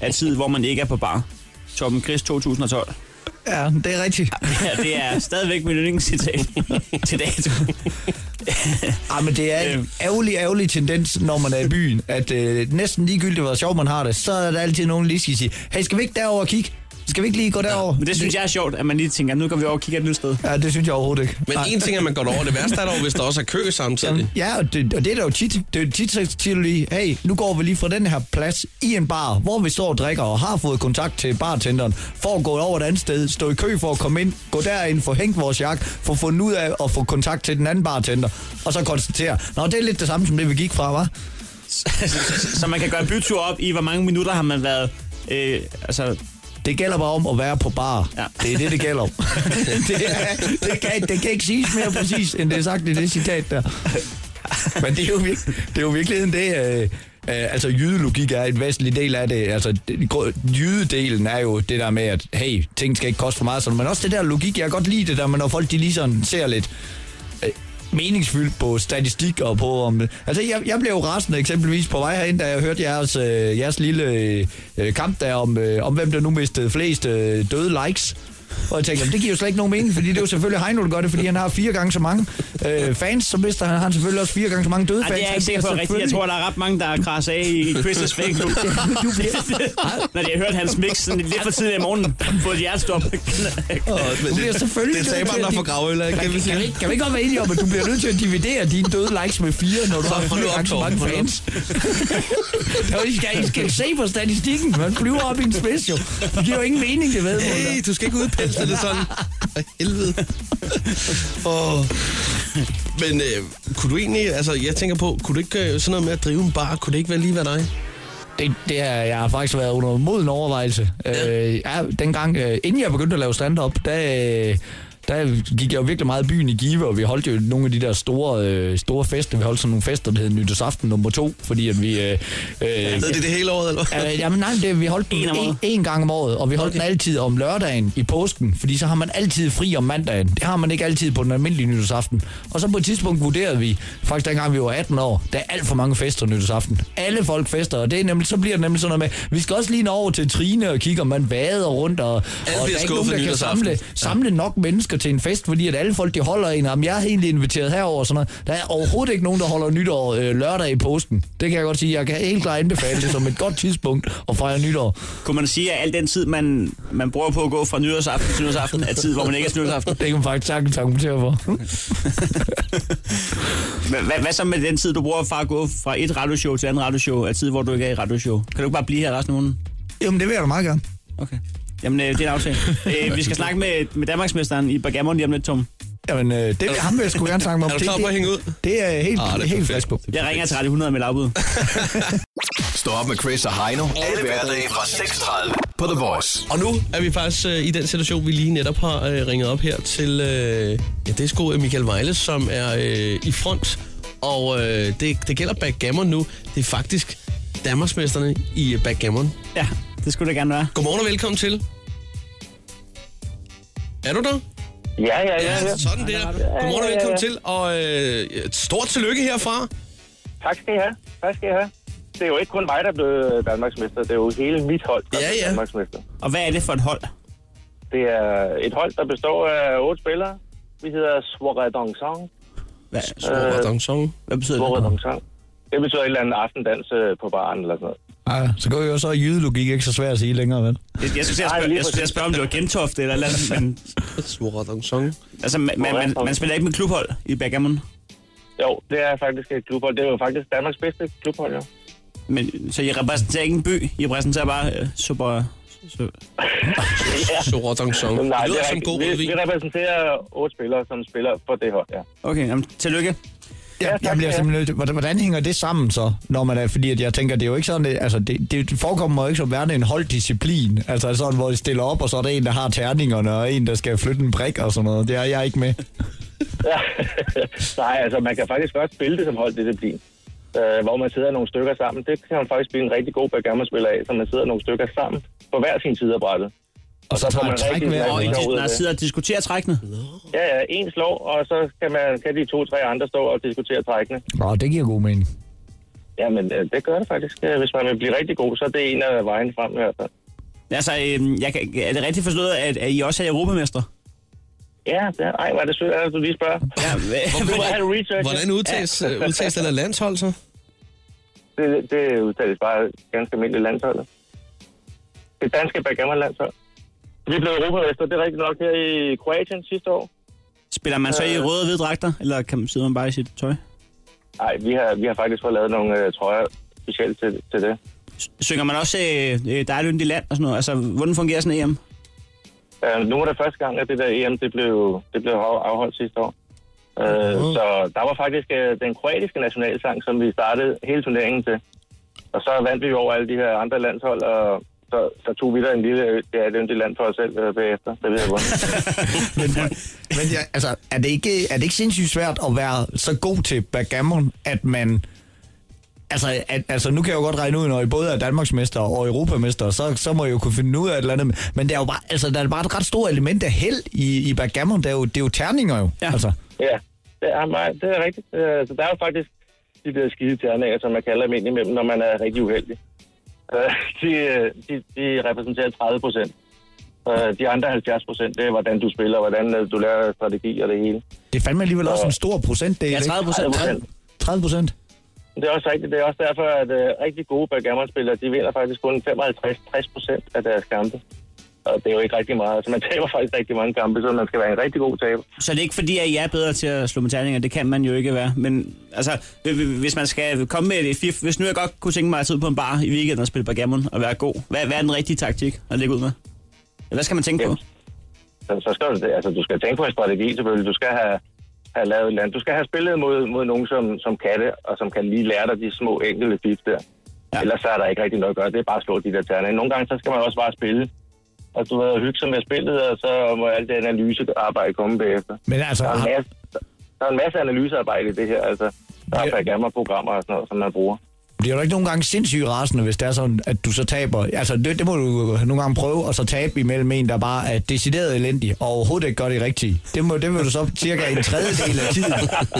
Speaker 4: er tid, hvor man ikke er på bar. Torben Chris 2012.
Speaker 8: Ja, det er rigtigt.
Speaker 4: Ja, det er stadigvæk mit yndlingscitat til dato.
Speaker 8: Ja, Ah, men det er
Speaker 4: Øhm.
Speaker 8: en ærgerlig, ærgerlig tendens, når man er i byen, at øh, næsten ligegyldigt, hvor sjov man har det, så er der altid nogen, der lige skal sige, hey, skal vi ikke derover og kigge? Skal vi ikke lige gå derover?
Speaker 4: Men det synes jeg er sjovt, at man lige tænker, nu kan vi over og kigge et nyt sted.
Speaker 8: Ja, det synes jeg overhovedet ikke.
Speaker 3: Men
Speaker 8: Nej.
Speaker 3: en ting er, at man går over. Det værste er dog, hvis der også er kø samtidig.
Speaker 8: Ja, og det, og det er der jo tit. Det er jo tit, så siger du lige, hey, nu går vi lige fra den her plads i en bar, hvor vi står og drikker og har fået kontakt til bartenderen, for at gå over et andet sted, stå i kø for at komme ind, gå derind, få hængt vores jakke, få fundet ud af at få kontakt til den anden bartender, og så konstatere, nå, det er lidt det samme som det, vi gik fra, hva'?
Speaker 4: Så man kan gøre en bytur op i, hvor mange minutter har man været... Øh, altså,
Speaker 8: Det gælder bare om at være på bar.
Speaker 4: Ja.
Speaker 8: Det er det, det gælder om. det, er, det, kan, det kan ikke siges mere præcis, end det er sagt i det citat der. Men det er jo, vir- det er jo virkeligheden det... Øh, øh, altså jydelogik er en væsentlig del af det. Altså det- gr- jydedelen er jo det der med, at hey, ting skal ikke koste for meget. Sådan. Men også det der logik, jeg kan godt lide det der, men når folk de lige sådan ser lidt øh, meningsfyldt på statistik og på om Altså, jeg, jeg blev jo rasende eksempelvis på vej herind, da jeg hørte jeres, øh, jeres lille øh, kamp der om, øh, om, hvem der nu mistede flest øh, døde likes. Og jeg tænkte, jamen, det giver jo slet ikke nogen mening, fordi det er jo selvfølgelig Heino, der gør det, fordi han har fire gange så mange øh, fans, så mister han, han selvfølgelig også fire gange så mange døde
Speaker 4: Ej,
Speaker 8: fans.
Speaker 4: det er jeg
Speaker 8: Han
Speaker 4: ikke sikker på
Speaker 8: bliver
Speaker 4: rigtigt. Jeg
Speaker 8: selvfølgelig-
Speaker 4: tror, der er ret mange, der er krasse af i Chris' fag nu. Når jeg hørte hans mix sådan lidt for tidligt i morgen, på et hjertestop.
Speaker 3: men
Speaker 8: Du bliver selvfølgelig
Speaker 3: det er
Speaker 8: nødt til
Speaker 3: taberen,
Speaker 8: at
Speaker 3: der får
Speaker 8: de-
Speaker 3: gravøl, ikke?
Speaker 8: Kan,
Speaker 3: Det
Speaker 8: kan,
Speaker 3: vil
Speaker 8: kan,
Speaker 3: sige.
Speaker 8: vi, kan vi ikke godt være enige om, at du bliver nødt til at dividere dine døde likes med fire, når du har
Speaker 3: hold nu
Speaker 8: fire
Speaker 3: op,
Speaker 8: gange så
Speaker 3: Torben,
Speaker 8: mange
Speaker 3: hold nu
Speaker 8: fans? Jo, I skal, I skal se på statistikken. Man flyver op i en spids, jo. Det giver jo ingen mening, det ved
Speaker 3: Hey, du skal ikke udpensle det sådan. For helvede. Oh. Men øh, kunne du egentlig, altså jeg tænker på, kunne du ikke øh, sådan noget med at drive en bar, kunne det ikke være lige hvad dig?
Speaker 8: Det, det er, jeg har faktisk været under moden overvejelse. Øh, ja, dengang, øh, inden jeg begyndte at lave stand-up, der, øh, der gik jeg jo virkelig meget i byen i Give, og vi holdt jo nogle af de der store, øh, store fester. Vi holdt sådan nogle fester, der hed Nytårsaften nummer to, fordi at vi... Øh, øh,
Speaker 3: Havde det det hele året, eller hvad?
Speaker 8: Øh, jamen nej, det, vi holdt den
Speaker 4: En om
Speaker 8: en,
Speaker 4: året.
Speaker 8: en gang om året, og vi holdt okay. den altid om lørdagen i påsken, fordi så har man altid fri om mandagen. Det har man ikke altid på den almindelige nytårsaften. Og så på et tidspunkt vurderede vi, faktisk dengang vi var 18 år, der er alt for mange fester nytårsaften. Alle folk fester, og det er nemlig, så bliver det nemlig sådan noget med, vi skal også lige nå over til Trine og kigge, om man vader rundt, og, og der
Speaker 3: bliver
Speaker 8: er ikke
Speaker 3: skuffet
Speaker 8: nogen, der kan
Speaker 3: nytårsaften.
Speaker 8: samle, samle nok mennesker til en fest, fordi at alle folk, de holder en, om jeg er egentlig inviteret herover og sådan noget. Der er overhovedet ikke nogen, der holder nytår øh, lørdag i posten. Det kan jeg godt sige. Jeg kan helt klart anbefale det som et godt tidspunkt at fejre nytår.
Speaker 4: Kunne man sige, at al den tid, man, man bruger på at gå fra nytårsaften til nytårsaften, er tid, hvor man ikke er til nytårsaften?
Speaker 8: Det kan man faktisk sagtens argumentere for.
Speaker 4: Hva- hva- Hvad så med den tid, du bruger fra at gå fra et radioshow til andet radioshow, er tid, hvor du ikke er i radioshow? Kan du ikke bare blive her resten af måneden?
Speaker 8: Jamen, det vil jeg da meget gerne.
Speaker 4: Okay. Jamen, øh, det er en aftale. Øh, vi skal snakke med, med Danmarksmesteren i Bergamon lige om lidt, Tom.
Speaker 8: Jamen, øh, det vil ham vil jeg sgu gerne snakke med om.
Speaker 3: Er du
Speaker 8: Det-
Speaker 3: klar på
Speaker 8: det-
Speaker 3: at hænge ud?
Speaker 8: Det er jeg helt,
Speaker 3: Ah,
Speaker 8: ah,
Speaker 3: det er
Speaker 8: det helt
Speaker 3: perfekt.
Speaker 8: frisk på.
Speaker 4: Jeg ringer til Radio 100 med lavbud.
Speaker 5: Stå op med Chris og Heino. Alle hverdage fra 6.30 på The Voice.
Speaker 3: Og nu er vi faktisk øh, i den situation, vi lige netop har øh, ringet op her til, øh, ja, det er sgu øh, Michael Vejle, som er øh, i front. Og øh, det, det gælder backgammon nu. Det er faktisk Danmarksmesterne i øh, backgammon.
Speaker 4: Ja, det skulle det gerne være.
Speaker 3: Godmorgen og velkommen til. Er du der?
Speaker 6: Ja, ja, ja. ja.
Speaker 3: sådan der. Godmorgen og velkommen til. Og øh, et stort tillykke herfra.
Speaker 6: Tak skal I have. Tak skal I have. det er jo ikke kun mig, der er blevet Danmarksmester. Det er jo hele mit hold, der
Speaker 3: Ja,
Speaker 6: er blevet
Speaker 3: ja.
Speaker 6: Danmarksmester.
Speaker 4: Og hvad er det for et hold?
Speaker 6: Det er et hold, der består af otte spillere. Vi hedder Soirée Dansant.
Speaker 4: Hvad,
Speaker 6: Øh.
Speaker 3: Stor dansong.
Speaker 4: hvad betyder
Speaker 6: Soirée
Speaker 4: det?
Speaker 6: Dansant. Det betyder et eller andet aftendans øh, på baren eller sådan noget.
Speaker 8: Ej, Ah, så går jo så er jydelogik ikke så svært at sige længere, vel?
Speaker 4: Jeg, jeg skulle til at
Speaker 6: Ej,
Speaker 4: spørge,
Speaker 6: lige
Speaker 4: jeg skulle til at
Speaker 6: præcis.
Speaker 4: spørge om det var Gentofte eller eller andet, men
Speaker 3: Stor dansong.
Speaker 4: altså, man, man, man, man spiller ikke med klubhold i backgammon.
Speaker 6: Jo, det er faktisk et klubhold. Det er jo faktisk Danmarks bedste klubhold, jo.
Speaker 4: Men, så I repræsenterer ikke en by, I repræsenterer bare øh, super... super.
Speaker 3: Stor dansong.
Speaker 6: Nej,
Speaker 3: Det
Speaker 6: det
Speaker 3: lyder
Speaker 6: er
Speaker 3: som
Speaker 6: rigtigt.
Speaker 3: god
Speaker 6: vi,
Speaker 3: rødvin.
Speaker 6: vi repræsenterer otte spillere, som spiller for det hold, ja.
Speaker 4: Okay, jamen, tillykke.
Speaker 8: Jeg, jeg bliver
Speaker 6: ja.
Speaker 8: simpelthen nødt til, hvordan, hvordan hænger det sammen så, når man er, fordi at jeg tænker, det er jo ikke sådan, det, altså det, det forekommer jo ikke som værende en holddisciplin, altså sådan, hvor de stiller op, og så er der en, der har terningerne, og en, der skal flytte en brik og sådan noget, det er jeg ikke med.
Speaker 6: Ja. Nej, altså man kan faktisk godt spille det som holddisciplin. Øh, hvor man sidder nogle stykker sammen. Det kan man faktisk blive en rigtig god backgammon-spiller af, så man sidder nogle stykker sammen på hver sin side af brættet.
Speaker 8: Og så
Speaker 6: får
Speaker 8: tager
Speaker 6: man
Speaker 8: man træk
Speaker 6: rigtig
Speaker 8: med.
Speaker 6: meget
Speaker 4: Og I
Speaker 6: Ja,
Speaker 4: dis-
Speaker 6: ud af
Speaker 4: når I
Speaker 6: det.
Speaker 4: sidder og diskuterer trækkene.
Speaker 6: Ja, ja, en slår, og så kan, man, kan de to-tre andre stå og diskutere trækkene.
Speaker 8: Nå, det giver god mening.
Speaker 6: Jamen, øh, det gør det faktisk. Øh, Hvis man vil blive rigtig god, så er det en af vejen frem i hvert fald.
Speaker 4: Altså, øhm, jeg kan, er det rigtigt forstået, at, at I også er europamester?
Speaker 6: Ja, ja. Ej, hvor er det sødt, at du lige spørger.
Speaker 4: Ja,
Speaker 6: Du må have research.
Speaker 3: Hvordan udtages, øh, udtages det der landshold så?
Speaker 6: Det, det udtales bare ganske almindeligt landsholdet. Det danske backgammon-landshold. Vi blev europamester, det er rigtigt nok, her i Kroatien sidste år.
Speaker 4: Spiller man så i røde og hvide dragter, eller kan man sidde man bare i sit tøj?
Speaker 6: Nej, vi har, vi har faktisk fået lavet nogle øh, trøjer specielt til, til det.
Speaker 4: S- Synger man også øh, øh, dejligt i land og sådan noget? Altså, hvordan fungerer sådan en EM?
Speaker 6: Øh, nu var det første gang, at det der EM det blev, det blev af- afholdt sidste år. Øh, Så der var faktisk øh, den kroatiske nationalsang, som vi startede hele turneringen til. Og så vandt vi jo over alle de her andre landshold, og så, så tog vi der en lille ø, det er et yndigt land for os selv øh, bagefter, da vi havde vundet.
Speaker 8: Men,
Speaker 4: øh,
Speaker 8: øh, men ja, altså, er det, ikke, er det ikke sindssygt svært at være så god til backgammon, at man... Altså, at, altså, nu kan jeg jo godt regne ud, når I både er Danmarksmester og Europamester, så, så må I jo kunne finde ud af et eller andet. Men der er jo bare, altså, der er bare et ret stort element af held i, i backgammon. Der er jo, det er jo terninger jo.
Speaker 4: Ja.
Speaker 8: Altså,
Speaker 6: Ja, det er, meget, det er rigtigt. Øh, Så der er jo faktisk de der skide terninger, som man kalder dem ind imellem, når man er rigtig uheldig. Øh, De, øh, de, de repræsenterer 30 procent. Øh, De andre 70 procent, det er, hvordan du spiller, hvordan øh, du lærer strategi og det hele.
Speaker 8: det er fandme alligevel også en stor procentdel,
Speaker 4: Ja, 30 procent.
Speaker 8: 30 procent?
Speaker 6: Men Det er også rigtigt. Det er også derfor, at øh, rigtig gode backgammon-spillere, de vinder faktisk kun 55-60 procent af deres kampe. Og det er jo ikke rigtig meget. Altså, man taber faktisk rigtig mange kampe, så man skal være en rigtig god taber.
Speaker 4: Så det er ikke fordi, at I er bedre til at slå med terninger. Det kan man jo ikke være. Men altså, hv- hvis man skal komme med et fif, hvis nu jeg godt kunne tænke mig at sidde på en bar i weekenden og spille backgammon og være god, hvad, hvad er den rigtige taktik at lægge ud med? Hvad skal man tænke på?
Speaker 6: Jamen, så, så skal du, det- altså, du skal tænke på en strategi selvfølgelig. Du skal have, have lavet et eller andet. Du skal have spillet mod, mod nogen, som, som kan det, og som kan lige lære dig de små enkelte fif der.
Speaker 4: Ja.
Speaker 6: Ja. Ellers så er der ikke rigtig noget at gøre. Det er bare at slå de der terninger. Nogle gange så skal man også bare spille. Og du ved, og hygge sig med spillet, og så må alt det analysearbejde komme bagefter.
Speaker 8: Men altså,
Speaker 6: Der er en
Speaker 8: har,
Speaker 6: masse, der er en masse analysearbejde i det her, altså. Der
Speaker 8: Ja.
Speaker 6: er programmer og sådan noget, som man bruger.
Speaker 8: bliver du ikke nogle gange sindssygt rasende, hvis det er sådan, at du så taber? Altså, det, det må du nogle gange prøve, og så tabe imellem en, der bare er decideret elendig, og overhovedet ikke gør det rigtige. Det, må, det vil du så cirka en tredjedel af tiden.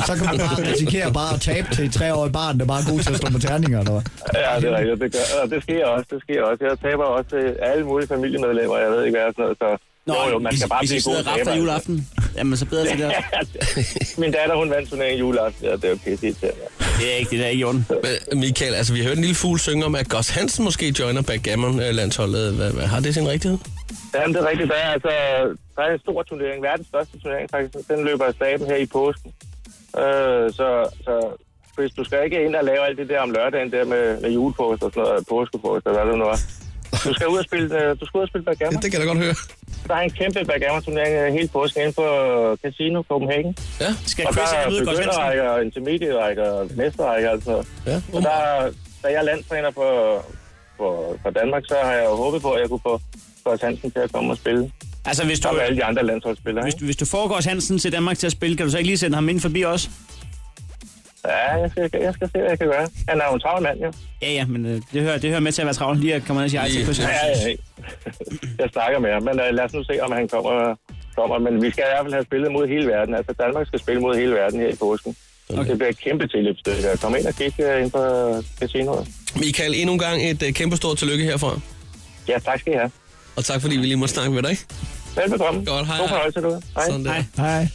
Speaker 8: Så kan du bare risikere bare at tabe til et treårigt barn, der bare er god til at slå med terninger, eller hvad?
Speaker 6: Ja, det er rigtigt. Det, gør, og det sker også. Det sker også. Jeg taber også til alle mulige familiemedlemmer. Jeg ved ikke, hvad og sådan noget. Så, jo, jo, man
Speaker 4: hvis,
Speaker 6: skal bare
Speaker 4: hvis I
Speaker 6: blive
Speaker 4: sidder
Speaker 6: altså. god
Speaker 4: og rafter juleaften, jamen så bedre til det.
Speaker 6: Min datter, hun vandt turneringen juleaften. Ja, det er jo pisse irriterende.
Speaker 4: Det er ikke det, der er i orden.
Speaker 3: Men, Michael, altså vi har hørt en lille fugl synge om, at Gus Hansen måske joiner øh, backgammon-landsholdet. Hvad, hvad, har det sin rigtighed?
Speaker 6: Jamen, det er rigtigt. Der er, altså, der er en stor turnering. Verdens største turnering, faktisk. Den løber af staben her i påsken. Øh, så, så hvis du skal ikke ind og lave alt det der om lørdagen der med, med julepost og sådan noget, påskepost og hvad det nu er. Du skal ud og spille, øh, du skal ud og spille backgammon.
Speaker 3: Det kan jeg da godt høre.
Speaker 6: Der er en kæmpe backgammon-turnering øh, hele påsken inde på Casino Copenhagen.
Speaker 3: Ja,
Speaker 4: Skal
Speaker 6: Og der
Speaker 4: Chris have
Speaker 6: er
Speaker 4: ud godt Hansen?
Speaker 6: begynderrækker, intermedierækker, mesterrækker og sådan noget.
Speaker 3: ja.
Speaker 6: Og der, da jeg er landstræner for, for, for Danmark, så har jeg jo håbet på, at jeg kunne få Claus Hansen til at komme og spille.
Speaker 4: Altså, hvis du,
Speaker 6: Sammen med alle de andre landsholdsspillere.
Speaker 4: hvis,
Speaker 6: Ikke?
Speaker 4: du- hvis du får Gårds Hansen til Danmark til at spille, kan du så ikke lige sende ham ind forbi os?
Speaker 6: Ja, jeg skal, jeg skal se, hvad jeg kan gøre. Han er jo en travl mand, jo.
Speaker 4: Ja, ja, men øh, det, hører, det hører med til at være travlt. Lige at komme ned og sige hej til
Speaker 3: Lige-
Speaker 4: Chris
Speaker 6: Ja,
Speaker 4: Hansen.
Speaker 6: ja, ja. Jeg snakker med ham, men øh, lad os nu se, om han kommer. kommer. Men vi skal i hvert fald have spillet mod hele verden. Altså, Danmark skal spille mod hele verden her i påsken. Okay. Det bliver et kæmpe tilløbsstykke. Kom ind og kig øh, ind på casinoet.
Speaker 3: Um, Michael, endnu en gang et øh, kæmpe stort tillykke herfra.
Speaker 6: Ja, tak skal I have.
Speaker 3: Og tak fordi vi lige måtte snakke med dig.
Speaker 6: Velbekomme.
Speaker 3: Godt, hej, hej.
Speaker 6: God fornøjelse derude. Hej.
Speaker 3: Sådan der.
Speaker 4: Hej. Hej.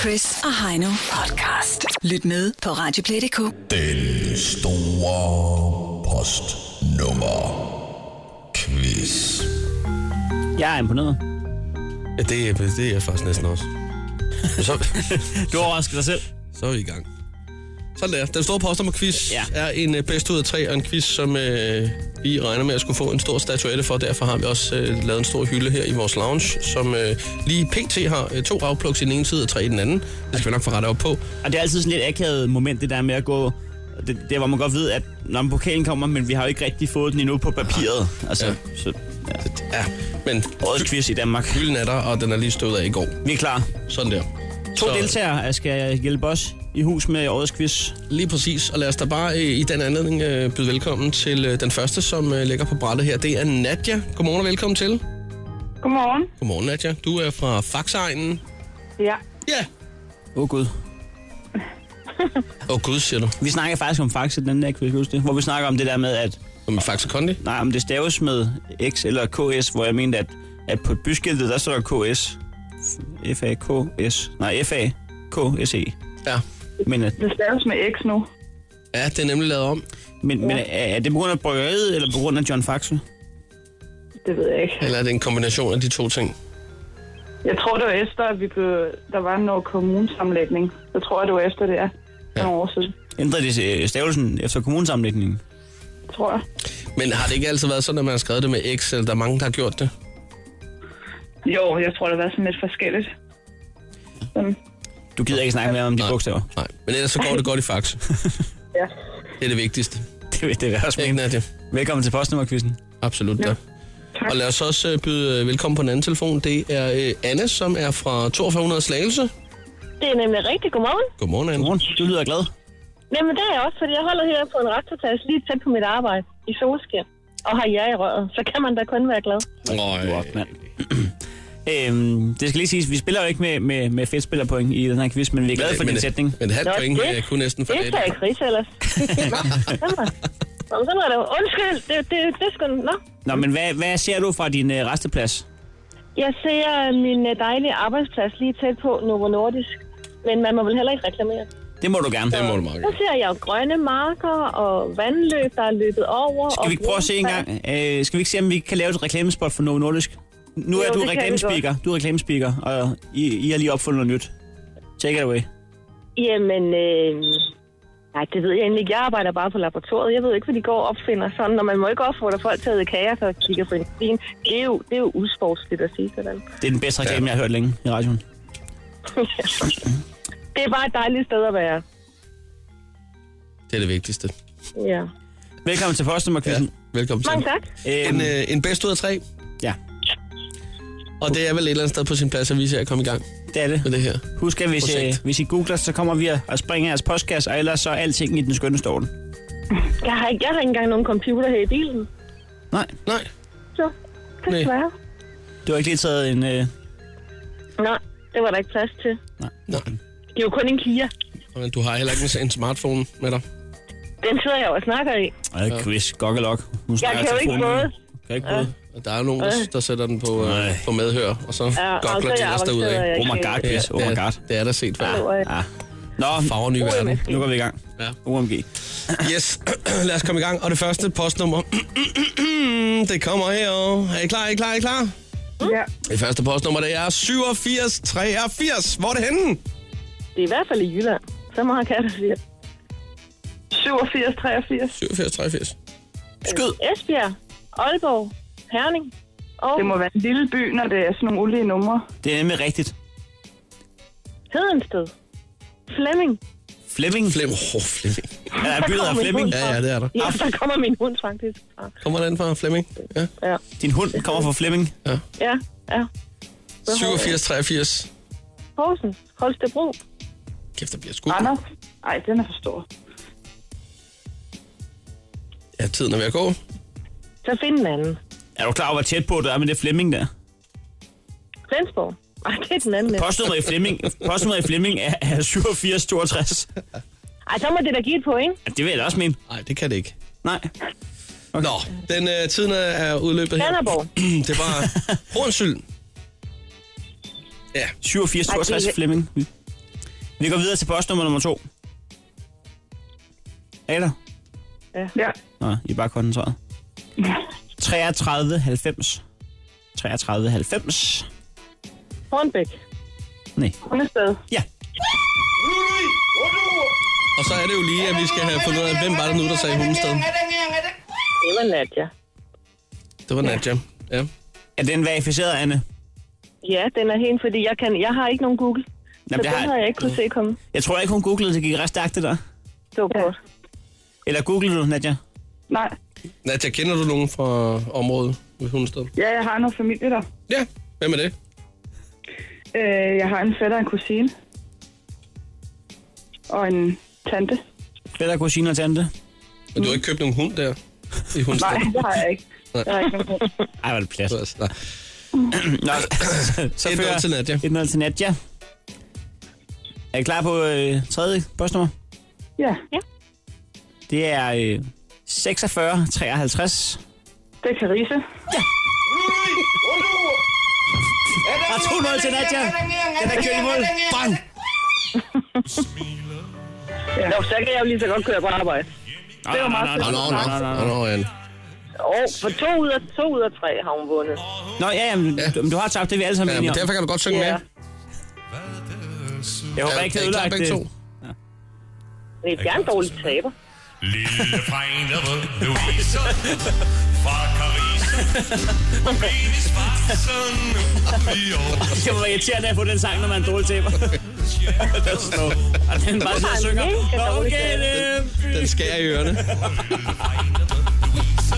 Speaker 2: Chris og Heino podcast. Lyt med på Radioplay.dk.
Speaker 5: Den store postnummer quiz.
Speaker 4: Jeg er imponeret.
Speaker 3: Ja, det, er- det er jeg faktisk næsten også. Men Så,
Speaker 4: Du overrasker dig selv.
Speaker 3: så er vi i gang. Sådan der. Den store postnummer quiz ja.
Speaker 4: Ja.
Speaker 3: er en øh, bedst ud af tre, og en quiz, som øh, vi regner med at skulle få en stor statuette for. Derfor har vi også øh, lavet en stor hylde her i vores lounge, som øh, lige pt. har øh, to afplugs i den ene side og tre i den anden. Det skal vi nok få rettet op på.
Speaker 4: Og det er altid sådan lidt akavet moment, det der med at gå... Det, det er, hvor man godt ved, at når pokalen kommer, men vi har jo ikke rigtig fået den endnu på papiret. Altså,
Speaker 3: Ja.
Speaker 4: ja. så, ja.
Speaker 3: Ja, men
Speaker 4: Årets quiz i Danmark.
Speaker 3: hylden er der, og den er lige stået af i går.
Speaker 4: Vi er klar.
Speaker 3: Sådan der.
Speaker 4: To så. deltagere skal hjælpe os i hus med årets quiz.
Speaker 3: Lige præcis, og lad os da bare øh, i den anledning øh, byde velkommen til øh, den første, som øh, ligger på brættet her. Det er Nadja. Godmorgen og velkommen til.
Speaker 1: Godmorgen.
Speaker 3: Godmorgen, Nadja. Du er fra Faxegnen.
Speaker 1: Ja.
Speaker 3: Ja.
Speaker 4: Åh oh, gud.
Speaker 3: Åh oh, gud, siger du.
Speaker 4: Vi snakker faktisk om Faxe, den der quiz, husk det, hvor vi snakker om det der med, at
Speaker 3: Som Faxe Kondi.
Speaker 4: nej, om det staves med X eller KS, hvor jeg mente, at, at på byskiltet, der står der KS. F-A-K-S. Nej, F-A-K-S-E.
Speaker 3: Ja.
Speaker 4: E. Men, at-
Speaker 1: Det staves med X nu.
Speaker 3: Ja, det er nemlig lavet om.
Speaker 4: men, men er, er det på grund af bryggeriet, eller på grund af John Faxe?
Speaker 1: Det ved jeg ikke.
Speaker 3: Eller er det en kombination af de to ting?
Speaker 1: Jeg tror, det var efter, at vi blev, der var noget kommunesamlægning. Jeg tror, det var efter det er. Ja. Nogle år siden,
Speaker 4: Ændrede det øh, stavelsen efter kommunesammenlægningen?
Speaker 1: tror jeg.
Speaker 3: Men har det ikke altid været sådan, at man har skrevet det med X, eller der er mange, der har gjort det?
Speaker 1: Jo, jeg tror, det var sådan lidt forskelligt. Sådan.
Speaker 4: Du gider ikke snakke mere om de
Speaker 3: Nej.
Speaker 4: bogstaver.
Speaker 3: Nej, men ellers så går det godt i Faxe.
Speaker 1: Ja.
Speaker 3: Det er det vigtigste.
Speaker 4: Det, vil- det vil jeg også
Speaker 3: Ikke,
Speaker 4: mene.
Speaker 3: Nadja?
Speaker 4: Velkommen til postnummerquizzen.
Speaker 3: Absolut, ja.
Speaker 1: Tak.
Speaker 3: Og lad os også øh, byde øh, velkommen på den anden telefon. Det er øh, Anne, som er fra 4200 Slagelse.
Speaker 9: Det er nemlig rigtig godmorgen.
Speaker 3: Godmorgen, Anne.
Speaker 4: Godmorgen, du lyder glad.
Speaker 9: Jamen, det er jeg også, fordi jeg holder her på en retsfortags lige tæt på mit arbejde i solskin. Og har jer i røret, så kan man da kun være glad.
Speaker 3: øh,
Speaker 4: Du er op, mand. øhm, det skal lige siges, vi spiller jo ikke med, med, med fedtspillerpoint i den her quiz, men vi er glade for
Speaker 3: men,
Speaker 4: din
Speaker 3: øh,
Speaker 4: sætning.
Speaker 3: Men et halvt
Speaker 9: Nå,
Speaker 3: point
Speaker 9: det-
Speaker 3: er jeg kun næsten for
Speaker 9: Det
Speaker 3: det.
Speaker 9: er ikke Chris ellers. Nå, men sådan er det. jo. Undskyld, det, det, det er sgu... Nå.
Speaker 4: Nå, men hvad, hvad ser du fra din øh, resteplads?
Speaker 9: Jeg ser min øh, dejlige arbejdsplads lige tæt på Novo Nordisk. Men man må vel heller ikke reklamere.
Speaker 4: Det må du gerne.
Speaker 3: Det må du meget
Speaker 9: Der
Speaker 3: gerne.
Speaker 9: ser jeg jo grønne marker og vandløb, der er løbet over.
Speaker 4: Skal vi ikke prøve at se en gang? Øh, skal vi ikke se, om vi kan lave et reklamespot for Novo Nordisk? Nu er
Speaker 9: Jo,
Speaker 4: du
Speaker 9: det kan vi
Speaker 4: reklamespeaker. Du er reklamespeaker, og I, I har lige opfundet noget nyt. Take it away.
Speaker 9: Jamen, øh... Nej, det ved jeg egentlig ikke. Jeg arbejder bare på laboratoriet. Jeg ved ikke, hvad de går og opfinder sådan. Og man må ikke opfordre folk til at æde kager, for at kigge på insulin. Det er jo, det er jo usportsligt at sige sådan.
Speaker 4: Det er den bedste reklame, jeg har hørt længe i radioen.
Speaker 9: Det er bare et dejligt sted at være.
Speaker 3: Det er det vigtigste.
Speaker 9: Ja.
Speaker 4: Velkommen til
Speaker 3: Ja.
Speaker 4: postnummerquizzen.
Speaker 3: Velkommen til.
Speaker 9: Mange tak.
Speaker 4: Ja.
Speaker 3: En, øh, en bedst ud af tre,
Speaker 4: ja,
Speaker 3: og det er vel et eller andet sted på sin plads, at vi ser at komme i gang
Speaker 4: det er det.
Speaker 3: med det her.
Speaker 4: Husk, at hvis, øh,
Speaker 3: Projekt.
Speaker 4: hvis I googler, så kommer vi og- og springer jeres postkasse, og ellers så er alting i den skønne stål.
Speaker 9: Jeg har, ikke, jeg har ikke engang nogen computer her i bilen.
Speaker 4: Nej,
Speaker 3: Nej,
Speaker 9: Så,
Speaker 3: Nej.
Speaker 9: desværre.
Speaker 4: du har ikke lige taget en... Øh,
Speaker 9: Nej, det var der ikke plads til.
Speaker 3: nej.
Speaker 9: Det er jo kun en Kia.
Speaker 3: Men du har heller ikke en- en smartphone med dig.
Speaker 9: Den sidder jeg jo og snakker i.
Speaker 4: Ej, quiz, gokkelok. Hun
Speaker 9: Jeg
Speaker 4: snakker
Speaker 9: kan jo ikke
Speaker 4: telefonen.
Speaker 9: noget.
Speaker 4: Kan ikke både.
Speaker 3: Og Der er jo nogen, der, der sætter den på,
Speaker 4: Nej.
Speaker 3: øh, på medhør, og så
Speaker 9: Øh. Ja, og så
Speaker 3: gokler
Speaker 9: er
Speaker 3: de
Speaker 9: jeg
Speaker 3: ellers derudad.
Speaker 9: avanceret,
Speaker 4: Oh my god,
Speaker 3: Ja,
Speaker 4: quiz. Oh
Speaker 3: det
Speaker 4: my
Speaker 3: er-
Speaker 4: god.
Speaker 3: Det er der set før.
Speaker 4: Ja. Nå,
Speaker 3: Farver ny verden.
Speaker 4: nu går vi i gang.
Speaker 3: Ja.
Speaker 4: OMG.
Speaker 3: Yes, lad os komme i gang. Og det første postnummer, det kommer her. Er I klar? Er I klar? Er I klar?
Speaker 1: Ja.
Speaker 3: Det første postnummer, det er 8783. Hvor er det henne?
Speaker 9: Det er i hvert fald i Jylland. Så meget kan jeg da sige.
Speaker 1: 87, 83.
Speaker 3: 8783.
Speaker 4: Skyd.
Speaker 9: Esbjerg, Aalborg, Herning. Og
Speaker 1: Det må være en lille by, når det er sådan nogle ulige numre.
Speaker 4: Det er nemlig rigtigt.
Speaker 9: Hedensted. Flemming.
Speaker 4: Flemming.
Speaker 3: Flem. Oh, Flemming.
Speaker 4: Ja, der er byen hedder
Speaker 9: kommer
Speaker 4: Flemming.
Speaker 9: min
Speaker 3: Ja, ja, det er der.
Speaker 9: Ja,
Speaker 10: Ah.
Speaker 9: der kommer min hund faktisk
Speaker 7: Ah,
Speaker 9: fra.
Speaker 3: Kommer den fra Flemming? Ja.
Speaker 9: Ja,
Speaker 4: Din hund kommer fra Flemming.
Speaker 9: ja. ja.
Speaker 3: 8783.
Speaker 9: Horsen, Holstebro.
Speaker 3: Kæft, der bliver sgu.
Speaker 1: Anders? Ej, den er for stor.
Speaker 3: Ja, tiden er ved at gå.
Speaker 9: Så find en anden.
Speaker 4: Er du klar over, hvor tæt på du er med det Flemming der?
Speaker 9: Flensborg.
Speaker 7: Ej, det er den anden. ja.
Speaker 4: Postnummeret i Flemming, postnummeret i Flemming er, er 8762.
Speaker 7: Ej, så må det da give et point.
Speaker 4: Ja, Det vil jeg da også mene.
Speaker 3: Nej, det kan det ikke.
Speaker 4: Nej.
Speaker 3: Okay. Nå, den øh, tiden er- er udløbet her.
Speaker 7: Danderborg.
Speaker 3: det var hornsyld. Ja,
Speaker 4: 8762
Speaker 7: Ej, det-
Speaker 4: Flemming. Vi går videre til postnummer nummer to. Er I der?
Speaker 10: Ja.
Speaker 4: Nå, I er bare koncentreret. 3390. 3390.
Speaker 7: Hornbæk.
Speaker 4: Nej.
Speaker 10: Hundested.
Speaker 4: Ja,
Speaker 3: og så er det jo lige, at vi skal have fundet ud af, hvem var det nu, der sagde Hundested.
Speaker 7: Det var Nadja.
Speaker 3: Det var Nadja. Ja.
Speaker 4: er den verificeret, Anne?
Speaker 7: Ja, den er helt, fordi jeg, kan, jeg har ikke nogen Google.
Speaker 4: Jamen,
Speaker 7: så
Speaker 4: det
Speaker 7: den
Speaker 4: har-
Speaker 7: havde jeg ikke kunne se komme.
Speaker 4: Jeg tror ikke, hun googlede, det gik ret stærkt, det der.
Speaker 7: Det var godt.
Speaker 4: Eller googlede du, Nadja?
Speaker 10: Nej.
Speaker 3: Nadja, kender du nogen fra området ved Hundested?
Speaker 10: Ja, jeg har noget familie der.
Speaker 3: Ja, hvem er det?
Speaker 10: Øh, jeg har en fætter og en kusine. Og en tante.
Speaker 4: Fætter, kusine og tante.
Speaker 3: Men du har ikke købt nogen hund der i Hundested?
Speaker 10: Nej, det har jeg ikke.
Speaker 3: Nej.
Speaker 10: Jeg har ikke nogen hund.
Speaker 4: Ej, hvor er det plads.
Speaker 3: Altså, nej.
Speaker 4: Nå, så, så
Speaker 3: Et
Speaker 4: fører
Speaker 3: nul til Nadja.
Speaker 4: 1-0 til Nadja. Er I klar på øh, tredje postnummer?
Speaker 10: Ja,
Speaker 4: Det er øh, 46 53.
Speaker 10: det er Carise.
Speaker 4: Og 2-0 til Nadja. Den er kørt i mål. Bang!
Speaker 7: Nå, så kan jeg jo lige så godt køre på arbejde.
Speaker 4: Det var meget
Speaker 3: Nå, nå, nå. Nå, nå, Anne.
Speaker 7: Og for to ud af, to ud af tre har hun vundet.
Speaker 4: Nå, ja, jamen, du, du har tabt, det er vi alle sammen
Speaker 3: Ja, men
Speaker 4: enige om.
Speaker 3: derfor kan du godt synge med.
Speaker 7: Ja.
Speaker 4: Jeg
Speaker 3: Er,
Speaker 4: håber
Speaker 3: er
Speaker 4: ikke, det er
Speaker 3: I klar
Speaker 4: ødelagt.
Speaker 3: begge to?
Speaker 4: øh,
Speaker 7: Det er en dårlig taber.
Speaker 11: Lille fregne rød Louise fra Carise. Menis farsen i år.
Speaker 4: Det var irriterende at få den sang, når man er en dårlig taber. Det er sådan noget. Og den bare sidder og synger.
Speaker 7: mega
Speaker 4: Nå,
Speaker 7: dårlig
Speaker 4: okay, det...
Speaker 3: Den skærer i ørerne.
Speaker 11: Lille fregne rød Louise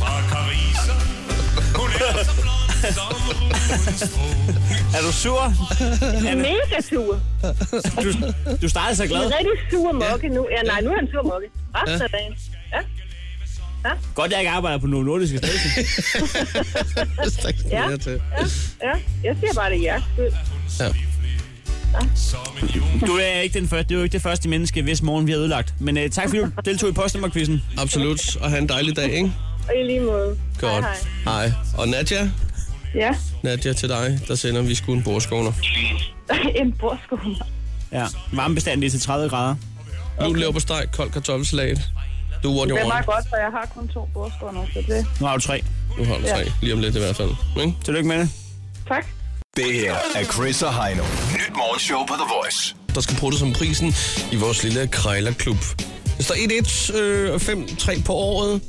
Speaker 11: fra Carise. Hun er så blond som rugens strå.
Speaker 4: Er du sur?
Speaker 7: Mega sur.
Speaker 4: Du, du startede så glad.
Speaker 7: En rigtig sur mokke nu. Ja, nej, nu er han sur mokke. Resten af dagen. Ja,
Speaker 4: Godt, jeg ikke arbejder på Novo Nordisk i stedet.
Speaker 3: Hvis der ikke er
Speaker 7: Ja.
Speaker 3: mere til.
Speaker 7: ja. Jeg siger bare, det er jeres skyld.
Speaker 11: Som en jung
Speaker 4: Du er ikke den første, du er ikke det første menneske, hvis morgen vi har ødelagt. Men uh, tak fordi du deltog i postnummerquizzen.
Speaker 3: Absolut, og have en dejlig dag, ikke?
Speaker 7: Og i lige måde.
Speaker 3: Godt.
Speaker 7: Hej,
Speaker 3: Hej. Og Nadja,
Speaker 10: Ja,
Speaker 3: Nadja til dig, der sender vi sgu en bordskåner.
Speaker 10: en bordskole.
Speaker 4: Ja, varmebestand lige til 30 grader.
Speaker 3: Nu lever på steg, kold kartoffelsalat. Du what
Speaker 10: Det
Speaker 3: you
Speaker 10: er meget
Speaker 3: want.
Speaker 10: godt, for jeg har kun to bordskole nu, så det...
Speaker 4: Nu har du tre.
Speaker 3: Du holder tre, lige om lidt i hvert fald. Ikke?
Speaker 4: Tillykke med det.
Speaker 10: Tak.
Speaker 5: Det her er Chris og Heino. Nyt morgenshow på The Voice.
Speaker 3: Der skal puttes om prisen i vores lille krejlerklub. Det står 1-1 øh, og 5-3 på året.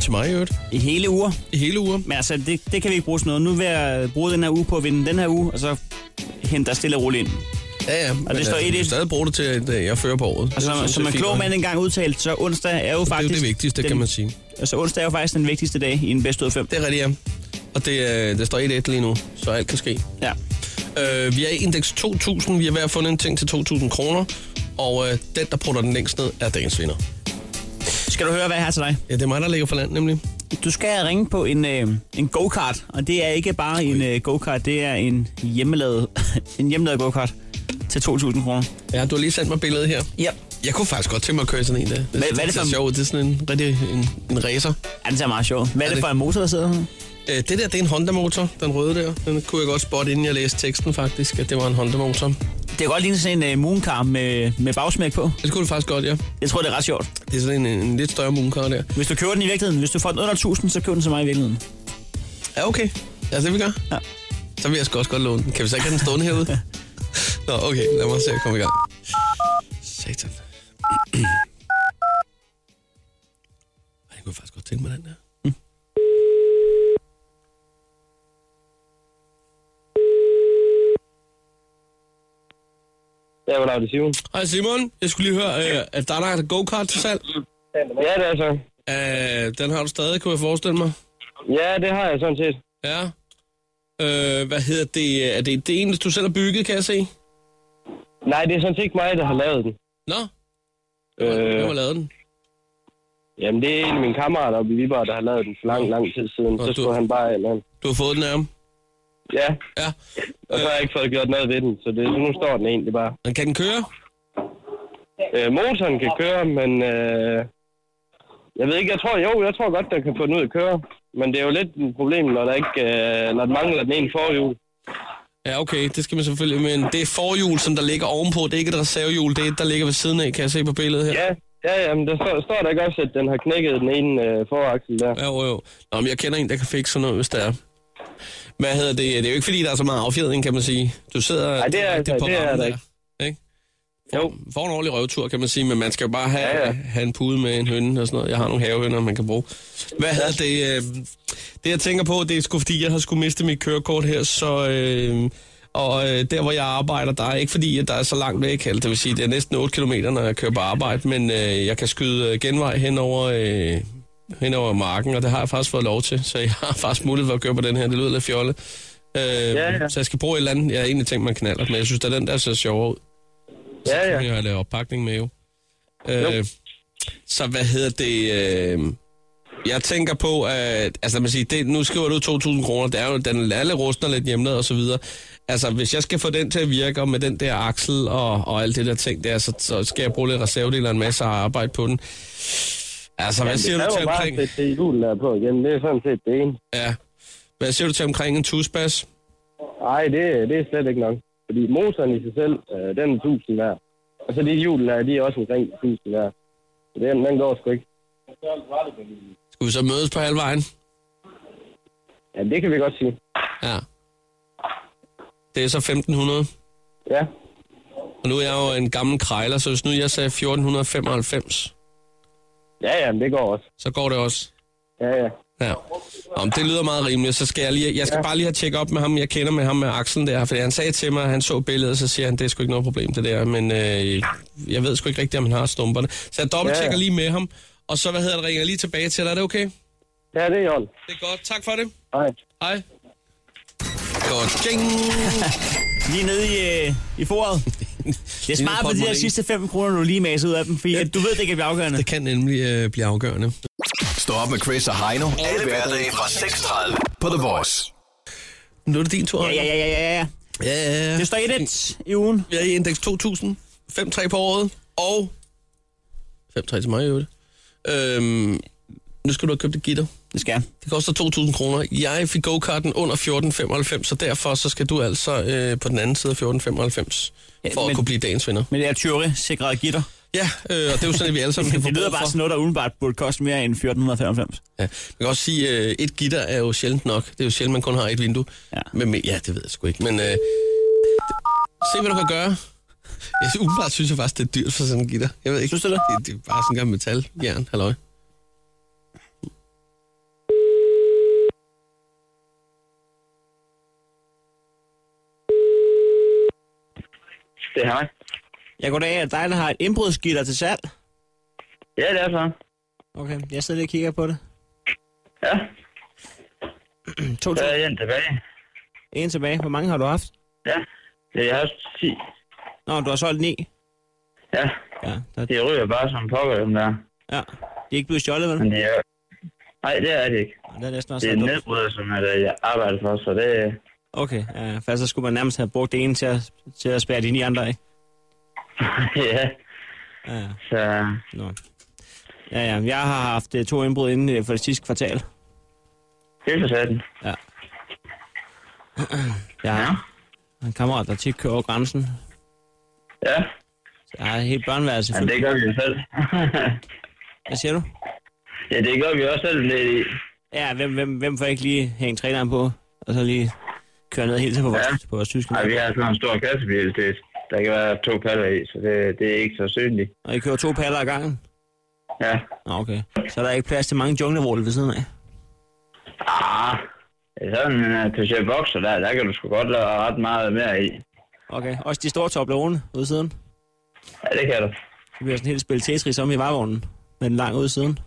Speaker 3: Til mig i øvrigt.
Speaker 4: I hele uger.
Speaker 3: I hele ugen.
Speaker 4: Men altså, det, det kan vi ikke bruge sådan noget. Nu vil jeg bruge den her uge på at vinde den her uge, og så hente dig stille og roligt ind.
Speaker 3: Ja, ja. Og
Speaker 4: det står 1-1.
Speaker 3: stadig bruge det til, at øh, jeg fører på året.
Speaker 4: Og som, som en klog mand engang udtalt, så onsdag er jo
Speaker 3: Det er jo
Speaker 4: faktisk...
Speaker 3: det vigtigste,
Speaker 4: den,
Speaker 3: kan man sige.
Speaker 4: Altså, onsdag er jo faktisk den vigtigste dag i en bedst ud af fem.
Speaker 3: Det er rigtigt, ja. Og det, øh, det står 1-1 lige nu, så alt kan ske.
Speaker 4: Ja.
Speaker 3: Øh, vi er i indeks 2000. Vi er ved at fundet en ting til 2000 kroner. Og øh, den, der putter den længst ned, er dagens vinder.
Speaker 4: Skal du høre, hvad jeg har til dig?
Speaker 3: Ja, det er mig, der ligger for land, nemlig.
Speaker 4: Du skal ringe på en, øh, en go-kart, og det er ikke bare en øh, go-kart, det er en hjemmelavet, en hjemmelavet go-kart til 2.000 kroner.
Speaker 3: Ja, du har lige sendt mig billedet her.
Speaker 4: Ja.
Speaker 3: Jeg kunne faktisk godt tænke mig at køre i sådan en der. Det,
Speaker 4: hvad er det
Speaker 3: det
Speaker 4: for
Speaker 3: er
Speaker 4: en-
Speaker 3: sjovt. Det er sådan en rigtig en, en racer.
Speaker 4: Ja, det er meget sjovt. Hvad er
Speaker 3: Er
Speaker 4: det
Speaker 3: det-
Speaker 4: for en motor, der sidder her?
Speaker 3: Øh, det der, det er en Honda-motor. Den røde der. Den kunne jeg godt spotte, inden jeg læste teksten faktisk, at det var en Honda-motor.
Speaker 4: Det kan godt ligne sådan en øh, moonkar med, med bagsmæk på.
Speaker 3: Det kunne det faktisk godt, ja.
Speaker 4: Jeg tror, det er ret sjovt.
Speaker 3: Det er sådan en, en lidt større moonkar der.
Speaker 4: Hvis du køber den i virkeligheden, hvis du får den under 1.000, så køb den til mig i virkeligheden.
Speaker 3: Ja, okay. Ja, det vi gør.
Speaker 4: Ja.
Speaker 3: Så vil jeg sgu også godt låne den. Kan vi så ikke have den stående herude? Nå, okay. Lad mig se at komme i gang. Satan. Ej, jeg kunne faktisk godt tænke mig den der.
Speaker 6: Ja, hvad er det, Simon?
Speaker 3: Hej Simon, jeg skulle lige høre, øh, at der er der en go-kart til salg.
Speaker 6: Ja, det er så.
Speaker 3: Øh, den har du stadig, kunne jeg forestille mig.
Speaker 6: Ja, det har jeg sådan set.
Speaker 3: Ja. Øh, hvad hedder det? Er det, det ene, du selv har bygget, kan jeg se?
Speaker 6: Nej, det er sådan set ikke mig, der har lavet den.
Speaker 3: Nå,
Speaker 6: Øh,
Speaker 3: hvem har lavet den?
Speaker 6: jamen, det er en af mine kammerater oppe i Viborg, der har lavet den for lang, lang tid siden.
Speaker 3: Nå,
Speaker 6: Så
Speaker 3: du-
Speaker 6: skulle han bare ind. og-
Speaker 3: Du har fået den af ham.
Speaker 6: Ja.
Speaker 3: ja.
Speaker 6: Og så har jeg ikke fået gjort noget ved den, så, det, så nu står den egentlig bare.
Speaker 3: Men kan den køre?
Speaker 6: Øh, motoren kan køre, men øh, jeg ved ikke, jeg tror, jo, jeg tror godt, den kan få den ud at køre. Men det er jo lidt et problem, når der ikke øh, når den mangler den ene forhjul.
Speaker 3: Ja, okay, det skal man selvfølgelig. Men det er forhjul, som der ligger ovenpå. Det er ikke et reservehjul, det er et, der ligger ved siden af, kan jeg se på billedet her.
Speaker 6: Ja, ja, ja, men der står, står der ikke også, at den har knækket den ene øh, foraksel der.
Speaker 3: Jo, jo. Nå, men jeg kender en, der kan fikse sådan noget, hvis det er. Hvad hedder det? Det er jo ikke, fordi der er så meget affjedring, kan man sige. Du sidder
Speaker 6: Nej, det er
Speaker 3: direkte
Speaker 6: altså- det er
Speaker 3: rammen
Speaker 6: der
Speaker 3: der, ikke? Jo. Får en ordentlig røvtur, kan man sige, men man skal jo bare have, ja, ja. have en pude med en hønne og sådan noget. Jeg har nogle havehønder, man kan bruge. Hvad hedder det? øh, Det, jeg tænker på, det er sgu fordi, jeg har skulle miste mit kørekort her, så... Øh, og øh, der, hvor jeg arbejder, der er ikke fordi, at der er så langt væk, eller det vil sige, det er næsten 8 km, når jeg kører på arbejde, men øh, jeg kan skyde øh, genvej hen over, øh, hen over marken, og det har jeg faktisk fået lov til, så jeg har faktisk mulighed for at køre på den her. Det lyder lidt fjollet. Øh, ja, ja. Så jeg skal bruge et eller andet. Jeg har egentlig tænkt mig en knaller, men jeg synes, at den der ser sjovere ud. Så ja, ja. kan jeg lave oppakning med jo. Øh, så hvad hedder det... Øh, jeg tænker på, at altså, lad mig sige, det, nu skriver du 2.000 kroner, det er jo, den alle rustner lidt hjemme og så videre. Altså, hvis jeg skal få den til at virke, og med den der aksel og, og alt det der ting der, så, så skal jeg bruge lidt reservedel og en masse arbejde på den. Altså, hvad
Speaker 6: Jamen,
Speaker 3: siger
Speaker 6: det
Speaker 3: du til
Speaker 6: kræver bare
Speaker 3: omkring...
Speaker 6: at sætte hjulen der på igen, det er sådan set det ene.
Speaker 3: Ja. Hvad siger du til omkring en tusbas?
Speaker 6: Nej, det, det er slet ikke nok. Fordi motoren i sig selv, øh, den er 1000 værd. Og så de hjul der, de er også omkring 1000 værd. Så den, den går sgu ikke.
Speaker 3: Skal vi så mødes på halvvejen?
Speaker 6: Ja, det kan vi godt sige.
Speaker 3: Ja. Det er så 1500.
Speaker 6: Ja.
Speaker 3: Og nu er jeg jo en gammel krejler, så hvis nu jeg sagde 1495...
Speaker 6: Ja, ja, men det går også.
Speaker 3: Så går det også.
Speaker 6: Ja, ja.
Speaker 3: Ja. Om det lyder meget rimeligt, så skal jeg lige, jeg skal bare lige have tjekket op med ham, jeg kender med ham med Axel der, for han sagde til mig, at han så billedet, så siger han, det er sgu ikke noget problem det der, men øh, jeg ved sgu ikke rigtigt, om han har stumperne. Så jeg dobbelttjekker
Speaker 6: Ja,
Speaker 3: ja. lige
Speaker 6: ja.
Speaker 3: med ham, og så, hvad hedder det, ringer jeg lige tilbage til dig, er det okay?
Speaker 6: Ja, det er Jørgen.
Speaker 3: Det er godt, tak for det.
Speaker 6: Hej.
Speaker 3: Hej. Godt, ding!
Speaker 4: lige nede i, øh, i foråret. Det er smart på de der
Speaker 3: potpourri.
Speaker 4: sidste 5 kroner, du lige maser ud af dem, fordi ja. du ved, det kan blive afgørende.
Speaker 3: Det kan nemlig øh, blive afgørende.
Speaker 5: Stå op med Chris og Heino. Alle hverdage fra 6.30 på The Voice.
Speaker 3: Nu er det din tur.
Speaker 4: Ja, ja, ja, ja, ja, ja.
Speaker 3: ja, ja.
Speaker 4: Det står 1 i ugen.
Speaker 3: Vi er i indeks 2000, 5-3 på året, og 5-3 til mig i øvrigt. Øhm, nu skal du have købt et gitter.
Speaker 4: Det skal jeg.
Speaker 3: Det koster 2.000 kroner. Jeg fik go-karten under 14.95, så derfor så skal du altså øh, på den anden side af 14.95,
Speaker 4: Ja,
Speaker 3: for
Speaker 4: men-
Speaker 3: at kunne blive dagens vinder.
Speaker 4: Men det er tyveri, sikrede gitter.
Speaker 3: Ja, øh, og det er jo sådan, at vi alle sammen kan få
Speaker 4: Det lyder
Speaker 3: brug
Speaker 4: bare
Speaker 3: for.
Speaker 4: sådan noget, der udenbart burde koste mere end 1495.
Speaker 3: Ja. Man kan også sige, at øh, et gitter er jo sjældent nok. Det er jo sjældent, man kun har et vindue.
Speaker 4: Ja.
Speaker 3: Men, men, ja, det ved jeg sgu ikke. Men øh, se, hvad du kan gøre. Jeg synes, umiddelbart synes jeg faktisk, det er dyrt for sådan en gitter. Jeg ved ikke.
Speaker 4: Synes du det?
Speaker 3: Det, det er bare sådan en gammel metal. Jern, halløj.
Speaker 6: Det er hej.
Speaker 4: Jeg går af, at dig, der har et indbrudsgitter til salg.
Speaker 6: Ja, det er så.
Speaker 4: Okay, jeg sidder lige og kigger på det.
Speaker 6: Ja,
Speaker 4: To,
Speaker 6: så
Speaker 4: to.
Speaker 6: er jeg tilbage.
Speaker 4: En tilbage. Hvor mange har du haft?
Speaker 6: Ja, jeg har 10.
Speaker 4: Nå, du har solgt ni.
Speaker 6: Ja,
Speaker 4: Ja, der,
Speaker 6: de ryger bare som pokker, dem der.
Speaker 4: ja. De er ikke blevet stjålet, vel?
Speaker 6: Men det er... Nej, det er det ikke.
Speaker 4: Det er næsten også
Speaker 6: Det er
Speaker 4: ret dumt.
Speaker 6: nedbryder, som er det, jeg arbejder for, så er det...
Speaker 4: Okay, ja, fast så skulle man nærmest have brugt det ene til at, til at spære de ni andre af.
Speaker 6: ja,
Speaker 4: Ja,
Speaker 6: så...
Speaker 4: nå. Ja, ja, jeg har haft øh, to indbrud inden øh, for det sidste kvartal.
Speaker 6: Det er for satan.
Speaker 4: Ja. Jeg har en kammerat, der tit kører over grænsen.
Speaker 6: Ja,
Speaker 4: Så Jeg har et helt børneværelse.
Speaker 6: men
Speaker 4: fyldt-
Speaker 6: det gør vi jo selv.
Speaker 4: Hvad siger du?
Speaker 6: ja, det gør vi også selv lidt i.
Speaker 4: Ja, hvem, hvem, hvem får ikke lige hænge træneren på, og så lige køre ned helt til på vores, ja.
Speaker 6: Ja.
Speaker 4: på vores tyske?
Speaker 6: Ej, vi har sådan en stor kassebil, det, der kan være to patter i, så det, det er ikke så synligt.
Speaker 4: Og I kører to paller ad gangen?
Speaker 6: Ja.
Speaker 4: Nå, okay. Så er der ikke plads til mange junglevorte ved siden af.
Speaker 6: Ah, sådan en uh, Peugeot Boxer der, der kan du sgu godt lade ret meget mere i.
Speaker 4: Okay, også de store toblerone ude siden.
Speaker 6: Ja, det kan du.
Speaker 4: Så bliver sådan helt spillet Tetris om i varevognen, med den lang ude siden.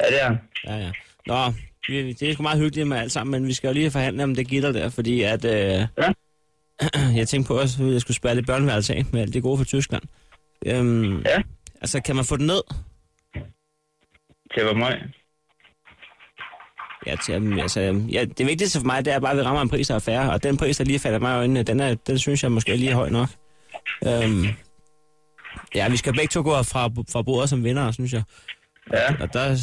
Speaker 6: Ja, det er han.
Speaker 4: Ja, ja. Nå, vi- det er sgu meget hyggeligt med alt sammen, men vi skal jo lige forhandle om det gitter der, fordi at... Øh, ja. jeg tænkte på også, at jeg skulle spærre det børneværelse af med alt det gode fra Tyskland. Øhm,
Speaker 6: Ja.
Speaker 4: Altså, kan man få den ned?
Speaker 6: Til hvor meget?
Speaker 4: Ja, t- jamen, altså, ja, det vigtigste for mig, det er bare, at vi rammer en pris, der er færre. Og den pris, der lige falder mig i øjnene, den, er, den synes jeg måske lige er høj nok. Øhm, ja, vi skal begge to gå fra, fra bordet som vinder, synes jeg.
Speaker 6: Ja.
Speaker 4: Og der,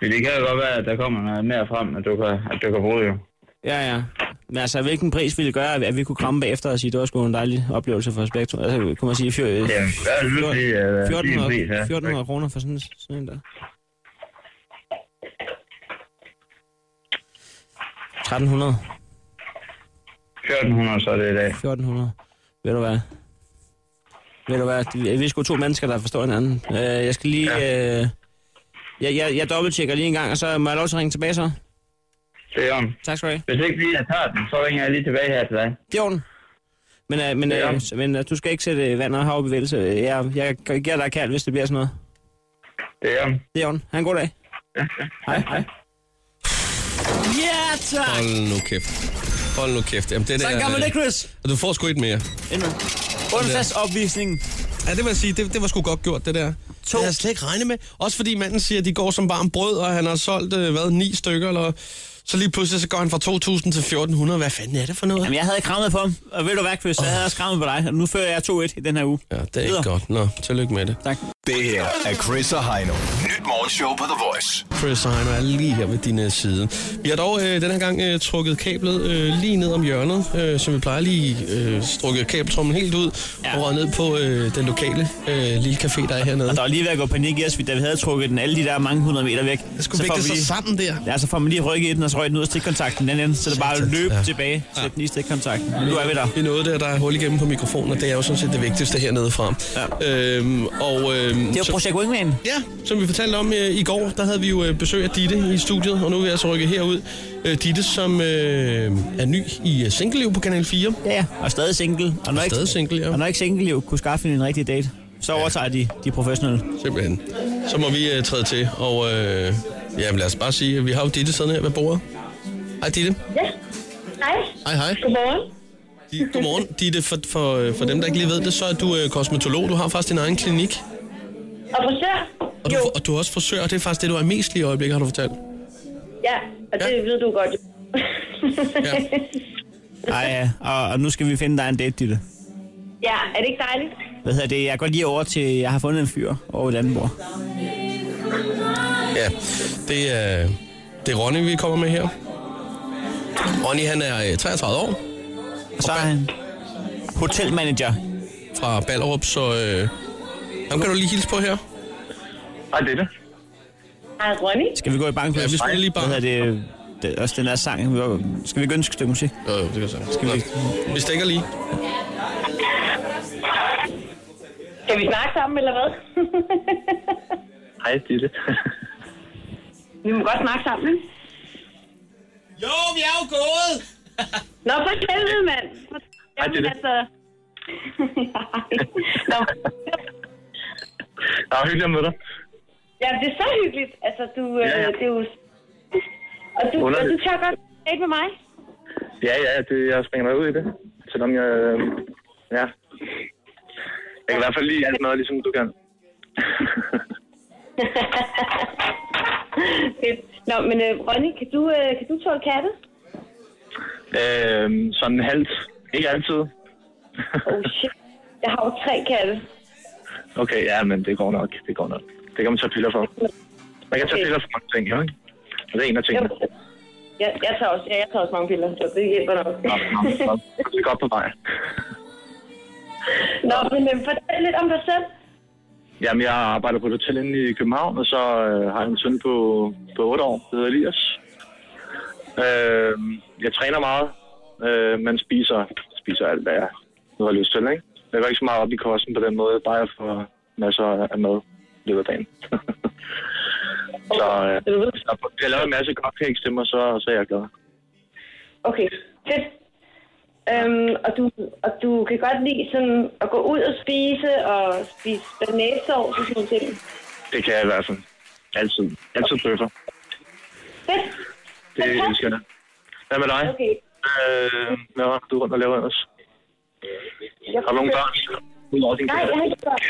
Speaker 6: Men det kan jo godt være, at der kommer noget mere frem, at du kan, at du kan bruge jo.
Speaker 4: ja, ja. Men altså, hvilken pris ville gøre, at vi kunne kramme bagefter og sige, det var sgu en dejlig oplevelse for Spektrum? Altså, kunne man sige, fyr, ja,
Speaker 6: Ja, hvad er det, du siger? øh,
Speaker 4: 1400,
Speaker 6: Din pris, ja.
Speaker 4: 1400 kroner for sådan, sådan en der. 1300.
Speaker 6: 1400 så er det i dag.
Speaker 4: 1400. Ved du hvad? Ved du hvad? Vi er sgu to mennesker, der forstår hinanden. Øh, jeg skal lige... Ja. Øh, jeg, jeg, jeg dobbelttjekker lige en gang, og så må jeg lov til at ringe tilbage så.
Speaker 6: Det er om.
Speaker 4: Tak skal du have.
Speaker 6: Hvis ikke lige jeg tager den, så ringer jeg lige tilbage her til dig.
Speaker 4: Det er orden. Men, øh, men,
Speaker 6: Ja.
Speaker 4: øh, s- men øh, du skal ikke sætte øh, vand og hav i bevægelse. Jeg, jeg, jeg giver dig kærligt, hvis det bliver sådan noget.
Speaker 6: Det er om.
Speaker 4: Det er orden. Ha' en god dag. Hej. Hej. Ja, tak!
Speaker 3: Hold nu kæft. Hold nu kæft. Jamen, det
Speaker 4: Sådan gør man
Speaker 3: øh,
Speaker 4: det, Chris.
Speaker 3: Og du får sgu et mere.
Speaker 4: Endnu. Onsdagsopvisningen.
Speaker 3: Ja, det vil jeg sige, det, det var sgu godt gjort, det der. To. Det havde jeg slet ikke regnet med. Også fordi manden siger, at de går som varm brød, og han har solgt, øh, hvad, ni stykker, eller... Så lige pludselig, så går han fra 2.000 til 1.400. Hvad fanden er det for noget?
Speaker 4: Jamen, jeg havde krammet på ham. Og ved du hvad, Chris? Jeg havde også krammet på dig. Og nu fører jeg 2-1 i den her uge.
Speaker 3: Ja, det er ikke godt. Nå, tillykke med det.
Speaker 4: Tak.
Speaker 5: Det her er Chris og Heino. Nyt morgenshow på The Voice.
Speaker 3: Chris og Heino er lige her ved din øh, side. Vi har dog øh, den her gang øh, trukket kablet øh, lige ned om hjørnet, øh, som vi plejer lige øh, strukket kabeltrummen helt ud ja. og røget ned på øh, den lokale øh, lille café, der er hernede.
Speaker 4: Og der var lige ved at gå panik i os, da vi havde trukket den alle de der mange hundrede meter væk.
Speaker 3: skulle
Speaker 4: får
Speaker 3: vægte
Speaker 4: vi
Speaker 3: sig sammen der.
Speaker 4: Ja, så får man lige rykket i den, og så røg den ud af stikkontakten den anden, så det bare løb
Speaker 3: Ja.
Speaker 4: ja. tilbage. Sæt den i stikkontakten. Nu er vi der.
Speaker 3: Vi nåede der, der er hul igennem på mikrofonen, og det er jo sådan set det vigtigste hernede fra. Ja. Øhm, og, øhm,
Speaker 4: Det er jo
Speaker 3: så-
Speaker 4: Project Wingman.
Speaker 3: Ja, som vi fortalte om øh, i går, der havde vi jo øh, besøg af Ditte i studiet, og nu er vi altså rykket herud. Øh, Ditte, som øh, er ny i øh, singleliv på Kanal 4.
Speaker 4: Ja, ja. Og stadig single. Og når,
Speaker 3: stadig single, ja.
Speaker 4: og når ikke single jo kunne skaffe en rigtig date, så overtager de de professionelle.
Speaker 3: Simpelthen. Så må vi øh, træde til, og øh, jamen, lad os bare sige, at vi har jo Ditte siddende her ved bordet. Hej Ditte.
Speaker 9: Ja. Hej.
Speaker 3: Hej, hej.
Speaker 9: Godmorgen.
Speaker 3: Di- Godmorgen. Ditte, for, for, øh, for dem, der ikke lige ved det, så er du øh, kosmetolog. Du har faktisk din egen klinik,
Speaker 9: Og frisør?
Speaker 3: og du, og du er også frisør, og det er faktisk det, du er mest lige i øjeblikket, har du fortalt.
Speaker 9: Ja, og det ved du godt. ja.
Speaker 4: Ej, ja. og, og nu skal vi finde dig en date, Ditte.
Speaker 9: ja, er det ikke dejligt?
Speaker 4: Hvad hedder det? Jeg går lige over til, jeg har fundet en fyr over i Landenborg.
Speaker 3: Ja, det er, det er Ronny, vi kommer med her. Ronny, han er øh, 33 år.
Speaker 4: Og så er han hotelmanager.
Speaker 3: Fra Ballerup, så øh, ham kan du lige hilse på her.
Speaker 6: Hej, det er det.
Speaker 9: Hej, Ronny.
Speaker 4: Skal vi gå i banken?
Speaker 3: Ja, vi spiller lige bank.
Speaker 4: Hvad hedder det? det? Også den der sang. hvor- Skal vi gønske et stykke musik?
Speaker 3: Jo, jo, det kan jeg
Speaker 4: Skal vi...
Speaker 3: Vi stikker lige.
Speaker 9: Skal vi snakke sammen, eller hvad?
Speaker 6: Hej, Ditte.
Speaker 9: vi må godt snakke sammen, ikke?
Speaker 4: Jo, vi er jo gået!
Speaker 9: Nå, for helvede, mand. For-
Speaker 6: Hej, Ditte.
Speaker 9: Jamen, altså... Nå,
Speaker 6: Det var hyggeligt at møde dig.
Speaker 9: ja, det er så hyggeligt. Altså, du... Øh,
Speaker 6: Ja, ja.
Speaker 9: Det er jo... Og du, og
Speaker 6: Underligt.
Speaker 9: du tør godt date med mig?
Speaker 6: Ja, ja, det, jeg springer dig ud i det. Selvom jeg... Øh, ja. Jeg kan i hvert fald lide alt noget, ligesom du kan.
Speaker 9: Fedt. Nå, men øh, Ronny, kan du, øh, kan du tåle katte?
Speaker 6: Øh, sådan halvt. Ikke altid.
Speaker 9: Oh shit. Jeg har jo tre katte.
Speaker 6: Okay, ja, men det går nok. Det går nok. Det kan man tage piller for. Man kan tage
Speaker 9: Okay.
Speaker 6: piller for mange ting, jo, ikke? Og det er en af tingene.
Speaker 9: Jo. Jeg, jeg, tager også, ja, jeg tager også mange piller, så det hjælper nok.
Speaker 6: Nå, nå, nå. Det er godt på vej.
Speaker 9: Nå, men øh, fortæl lidt om dig selv.
Speaker 6: Jamen, jeg arbejder på et hotel inde i København, og så øh, har jeg en søn på, på 8 år, der hedder Elias. Øh, jeg træner meget, øh, men spiser, spiser alt, hvad jeg nu har lyst til. Ikke? Jeg går ikke så meget op i kosten på den måde, bare jeg får masser af mad i løbet af dagen. så øh, hvis jeg, hvis jeg laver en masse cupcakes til mig, så, så er jeg glad.
Speaker 9: Okay, fedt. Øhm, og, du, og du kan godt lide sådan at gå ud og spise, og spise banæsovs og sådan nogle ting.
Speaker 6: Det kan jeg i hvert fald. Altid. Altid bøffer.
Speaker 9: Fedt.
Speaker 6: Det elsker jeg. Hvad med dig?
Speaker 9: Okay.
Speaker 6: Øh, hvad var det, du rundt og laver ellers?
Speaker 9: Jeg
Speaker 6: Har du nogen børn? Udover din
Speaker 9: Nej,
Speaker 6: kæreste?
Speaker 9: jeg har ikke børn.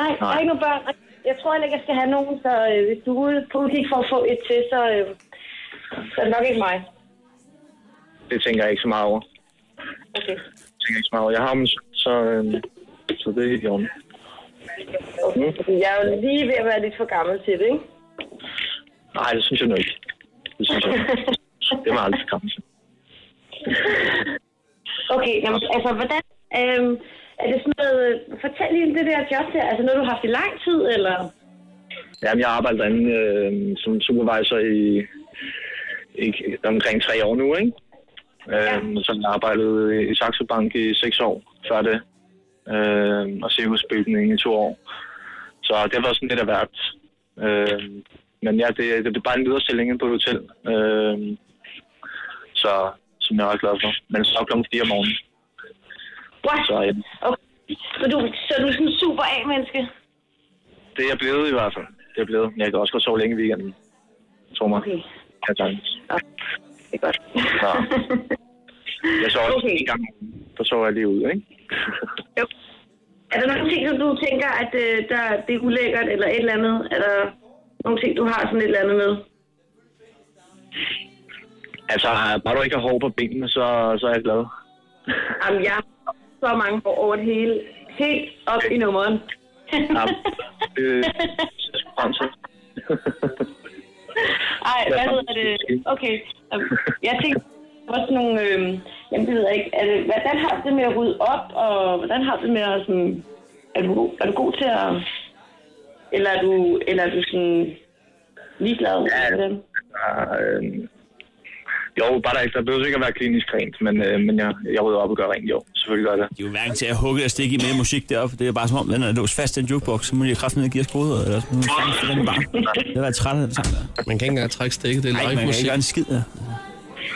Speaker 9: Nej, jeg har
Speaker 6: Nej.
Speaker 9: ikke nogen børn. Jeg tror heller ikke, jeg skal have nogen, så øh, hvis du er ude på udkig for at få et til, så, øh, Så er det nok ikke mig.
Speaker 6: Det tænker jeg ikke så meget over.
Speaker 9: Okay.
Speaker 6: Det tænker jeg ikke så meget over. Jeg har min søn, så, øhm, så det er helt i orden.
Speaker 9: okay. Fordi Jeg er jo lige ved at være lidt for gammel til det, ikke?
Speaker 6: Nej, det synes jeg nu ikke. Det synes jeg ikke. Det var aldrig skræmmende.
Speaker 9: Okay, jamen, altså, hvordan... Øhm, er det sådan noget... øh, Fortæl lige om det der job der. Altså, noget, du har haft i lang tid, eller...
Speaker 6: Jamen, jeg arbejder derinde øh, som supervisor i, i omkring tre år nu, ikke? Øhm, så jeg arbejdede i Saxo Bank i seks år før det, øhm, og Cirkusbygningen i to år. Så det var sådan lidt af hvert. Øhm, men ja, det, det blev bare en lederstilling inde på et hotel, øhm, så, som jeg er ret glad for. Men så klokken 4 om morgenen.
Speaker 9: What?
Speaker 6: Så ja,
Speaker 9: Så du, så du er sådan en super A-menneske?
Speaker 6: det er jeg blevet i hvert fald. Det er jeg blevet, men jeg kan også godt sove længe i weekenden. Tror mig.
Speaker 9: Okay.
Speaker 6: Ja, tak.
Speaker 9: Det er godt.
Speaker 6: Så. Jeg sover også
Speaker 9: Okay.
Speaker 6: en gang, om ugen. så sover jeg lige ud, ikke?
Speaker 9: Er der nogle ting, som du tænker, at øh, der, det er ulækkert, eller et eller andet? Er der nogle ting, du har sådan et eller andet med?
Speaker 6: Altså, bare du ikke har hår på benene, så, så er jeg glad.
Speaker 9: Jamen, jeg har så mange hår over det hele. Helt op i nummeren.
Speaker 6: Jamen, øh, frem til.
Speaker 9: Ej, hvad hedder det? Okay. Jamen, Jeg tænkte også nogle... Øh, jamen, det ved jeg ikke. Er det, hvordan har du det med at rydde op, og hvordan har du det med at sådan... Er du, god- er du god til at... Eller er du, eller er du sådan ligeglad med dem?
Speaker 6: Øh, jo, bare der ikke. Der behøver ikke at være klinisk rent, men, øh, men jeg, jeg rydder op og gør rent, jo. Selvfølgelig gør jeg det.
Speaker 4: Jo, hverken til at hugge og stikke i med musik deroppe. Det er bare som om, den er låst fast i en jukebox, så må de kraften ned give os koder, eller sådan noget. Det er bare. Det var træt af den sang der.
Speaker 3: Man kan ikke engang trække stikket, det er
Speaker 4: Nej,
Speaker 3: live
Speaker 4: man kan
Speaker 3: musik.
Speaker 4: ikke gøre en skid. Ja.
Speaker 6: øh,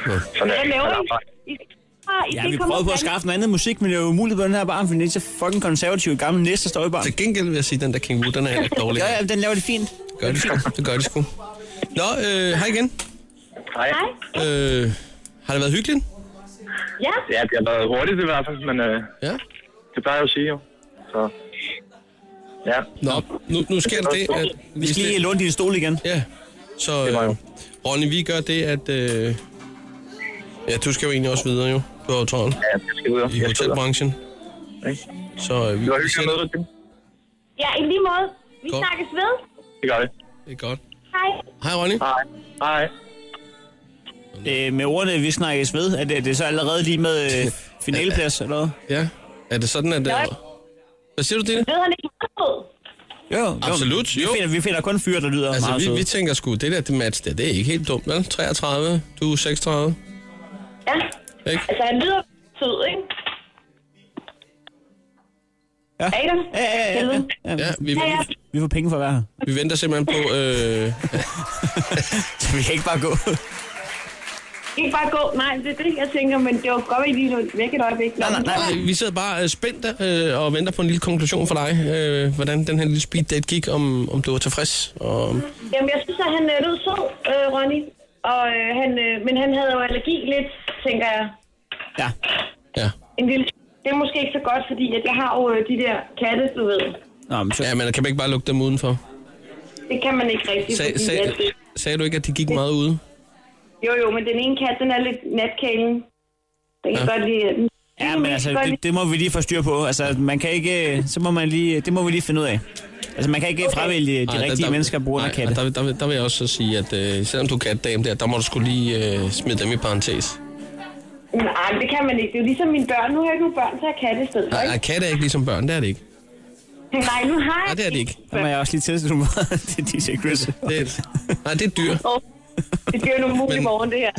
Speaker 9: Hvad laver I? I, Ah, I
Speaker 4: Ja,
Speaker 9: skal
Speaker 4: vi
Speaker 9: komme
Speaker 4: prøvede på at
Speaker 9: op-
Speaker 4: skaffe noget andet musik, men det er jo umuligt på den her bar, fordi det er så fucking konservativt gamle næste, der står i baren.
Speaker 3: Til gengæld vil jeg sige, at den der King den er heller ikke dårlig.
Speaker 4: Jo, ja, den laver det fint.
Speaker 3: Gør det sgu. Det gør det sgu. Nå, øh, hej igen.
Speaker 6: Hej.
Speaker 3: Øh, har det været hyggeligt?
Speaker 9: Ja.
Speaker 6: Ja, det har været hurtigt i hvert fald, men øh,
Speaker 3: ja.
Speaker 6: det plejer jeg at sige, jo. Så, ja.
Speaker 3: Nå, nu, nu sker der det, at...
Speaker 4: Vi skal lige låne din stol igen.
Speaker 3: Ja. Så, øh, Ronny, vi gør det, at... Øh, ja, du skal jo egentlig også videre, jo. Du har jo travlt. Ja,
Speaker 6: jeg skal videre.
Speaker 3: I hotelbranchen. Så øh, vi, vi sætter...
Speaker 9: Ja, i lige måde. Vi
Speaker 3: Godt.
Speaker 9: snakkes ved.
Speaker 6: Det gør det.
Speaker 3: Det er godt.
Speaker 9: Hej.
Speaker 3: Hej, Ronny.
Speaker 6: Hej. Hej.
Speaker 4: Øh, med ordene, vi snakkes ved, er det, er det så allerede lige med øh, finaleplads eller noget?
Speaker 3: Ja. Er det sådan, at... Øh, hvad siger du, Dine?
Speaker 9: Ved han ikke noget?
Speaker 4: Jo, jo.
Speaker 3: Absolut,
Speaker 4: Vi
Speaker 3: jo.
Speaker 4: finder, vi finder kun fyre, der lyder altså,
Speaker 3: Altså,
Speaker 4: meget
Speaker 3: vi,
Speaker 4: søde.
Speaker 3: vi tænker sgu, det der det match der, det er ikke helt dumt, vel? 33, du er 36.
Speaker 9: Ja.
Speaker 3: Ikke?
Speaker 9: Altså, han lyder sød, ikke?
Speaker 4: Ja.
Speaker 9: Er I der?
Speaker 4: Ja, ja, ja, ja.
Speaker 3: Ja, vi,
Speaker 9: Ja, ja.
Speaker 4: vi får penge for at være her.
Speaker 3: Vi venter simpelthen på... Øh,
Speaker 4: vi kan ikke bare gå.
Speaker 9: Ikke bare gå. Nej, det er det, jeg tænker, men det var godt, at I lige lå væk et øjeblik. Nej,
Speaker 3: Nej, vi sidder bare øh, spændte øh, og venter på en lille konklusion fra dig. Øh, hvordan den her lille speed date gik, om, om du var tilfreds. Og,
Speaker 9: Jamen, jeg synes, at han øh, lød sød, øh, Ronny. Og, øh, han, øh, men han havde jo allergi lidt, tænker jeg.
Speaker 4: Ja.
Speaker 3: Ja.
Speaker 9: En lille... Det er måske ikke så godt, fordi at jeg har jo øh, de der katte, du ved.
Speaker 4: Nå, men så...
Speaker 3: Ja, men kan man ikke bare lukke dem udenfor?
Speaker 9: Det kan man ikke rigtig,
Speaker 3: Sag,
Speaker 9: fordi
Speaker 3: sag,
Speaker 9: at, øh,
Speaker 3: sagde du ikke, at de gik meget ude?
Speaker 9: Jo, jo, men den ene kat, den er lidt natkælen. Den kan
Speaker 4: Ja.
Speaker 9: godt lide den.
Speaker 4: Ja, men altså, det, det, må vi lige få styr på. Altså, man kan ikke... Så må man lige... Det må vi lige finde ud af. Altså, man kan ikke fravælge de
Speaker 3: Ej,
Speaker 4: rigtige mennesker, bruger af
Speaker 3: nej,
Speaker 4: katte.
Speaker 3: Der, vil- der, vil- der vil jeg også så sige, at øh, selvom du er katdame der, der må du skulle lige øh, smide dem i parentes.
Speaker 9: Nej, men det kan man ikke. Det er jo ligesom mine børn. Nu har jeg ikke nogen børn, så jeg har katte i stedet. for,
Speaker 3: Nej, katte er ikke ligesom børn, det er det ikke.
Speaker 9: ikke? Nej, nu har
Speaker 3: Nej,
Speaker 9: jeg
Speaker 3: det er det ikke.
Speaker 4: Der må jeg også lige teste, du det er DJ Chris.
Speaker 3: Det er, nej, det er dyr.
Speaker 9: Det bliver jo en umulig
Speaker 3: Men-
Speaker 9: morgen, det her.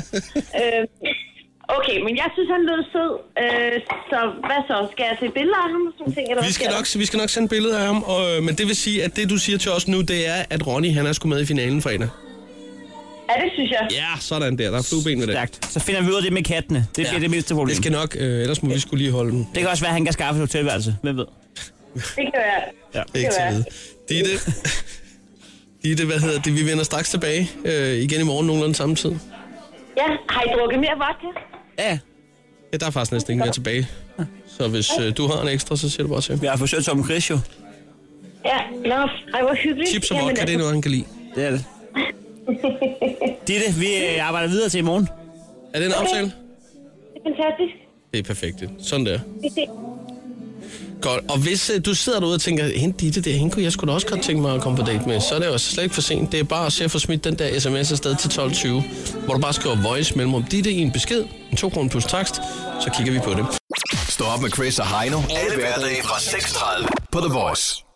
Speaker 9: Øh, okay, men jeg synes, han lød sød. Øh, så hvad så? Skal jeg se billeder af ham? og Sådan nogle ting, eller
Speaker 3: Vi
Speaker 9: hvad
Speaker 3: skal
Speaker 9: sker der?
Speaker 3: nok, vi skal nok sende billeder af ham, og, øh, men det vil sige, at det du siger til os nu, det er, at Ronny han er sgu med i finalen fredag.
Speaker 9: Ja, det synes jeg.
Speaker 3: Ja, sådan der. Der er flueben ved det.
Speaker 4: Stærkt. Så finder vi ud af det med kattene. Det bliver det mindste problem.
Speaker 3: Det skal nok, øh, ellers må vi skulle lige holde dem.
Speaker 4: Det kan også være, at han kan skaffe et hotelværelse. Hvem ved?
Speaker 9: Det kan være.
Speaker 4: Ja.
Speaker 3: Det er ikke til at vide. Ditte, Ditte, hvad hedder det? Vi vender straks tilbage øh, igen i morgen nogenlunde samme tid.
Speaker 9: Ja, har I drukket mere vodka?
Speaker 4: Ja.
Speaker 3: Ja, der er faktisk næsten ikke mere tilbage. Så hvis øh, du har en ekstra, så siger du bare til.
Speaker 4: Vi har forsøgt som Chris jo.
Speaker 9: Ja, nå, ej, hvor hyggeligt. altså,
Speaker 3: Chips og vodka, det er noget, han kan lide.
Speaker 4: Det er det. Ditte, vi øh, arbejder videre til i morgen.
Speaker 3: Er det en aftale?
Speaker 9: Det er fantastisk.
Speaker 3: Det er perfekt. Sådan der.
Speaker 9: Vi ses.
Speaker 3: Godt. Og hvis øh, du sidder derude og tænker, hende Ditte der, hende kunne jeg skulle da også godt tænke mig at komme på date med, så er det jo altså slet ikke for sent. Det er bare at se at få smidt den der sms afsted til 12.20, hvor du bare skriver voice mellemrum Ditte i en besked, en 2 kroner plus takst, så kigger vi på det.
Speaker 5: Stå op med Chris og Heino. Alle hverdage fra 6.30 på The Voice.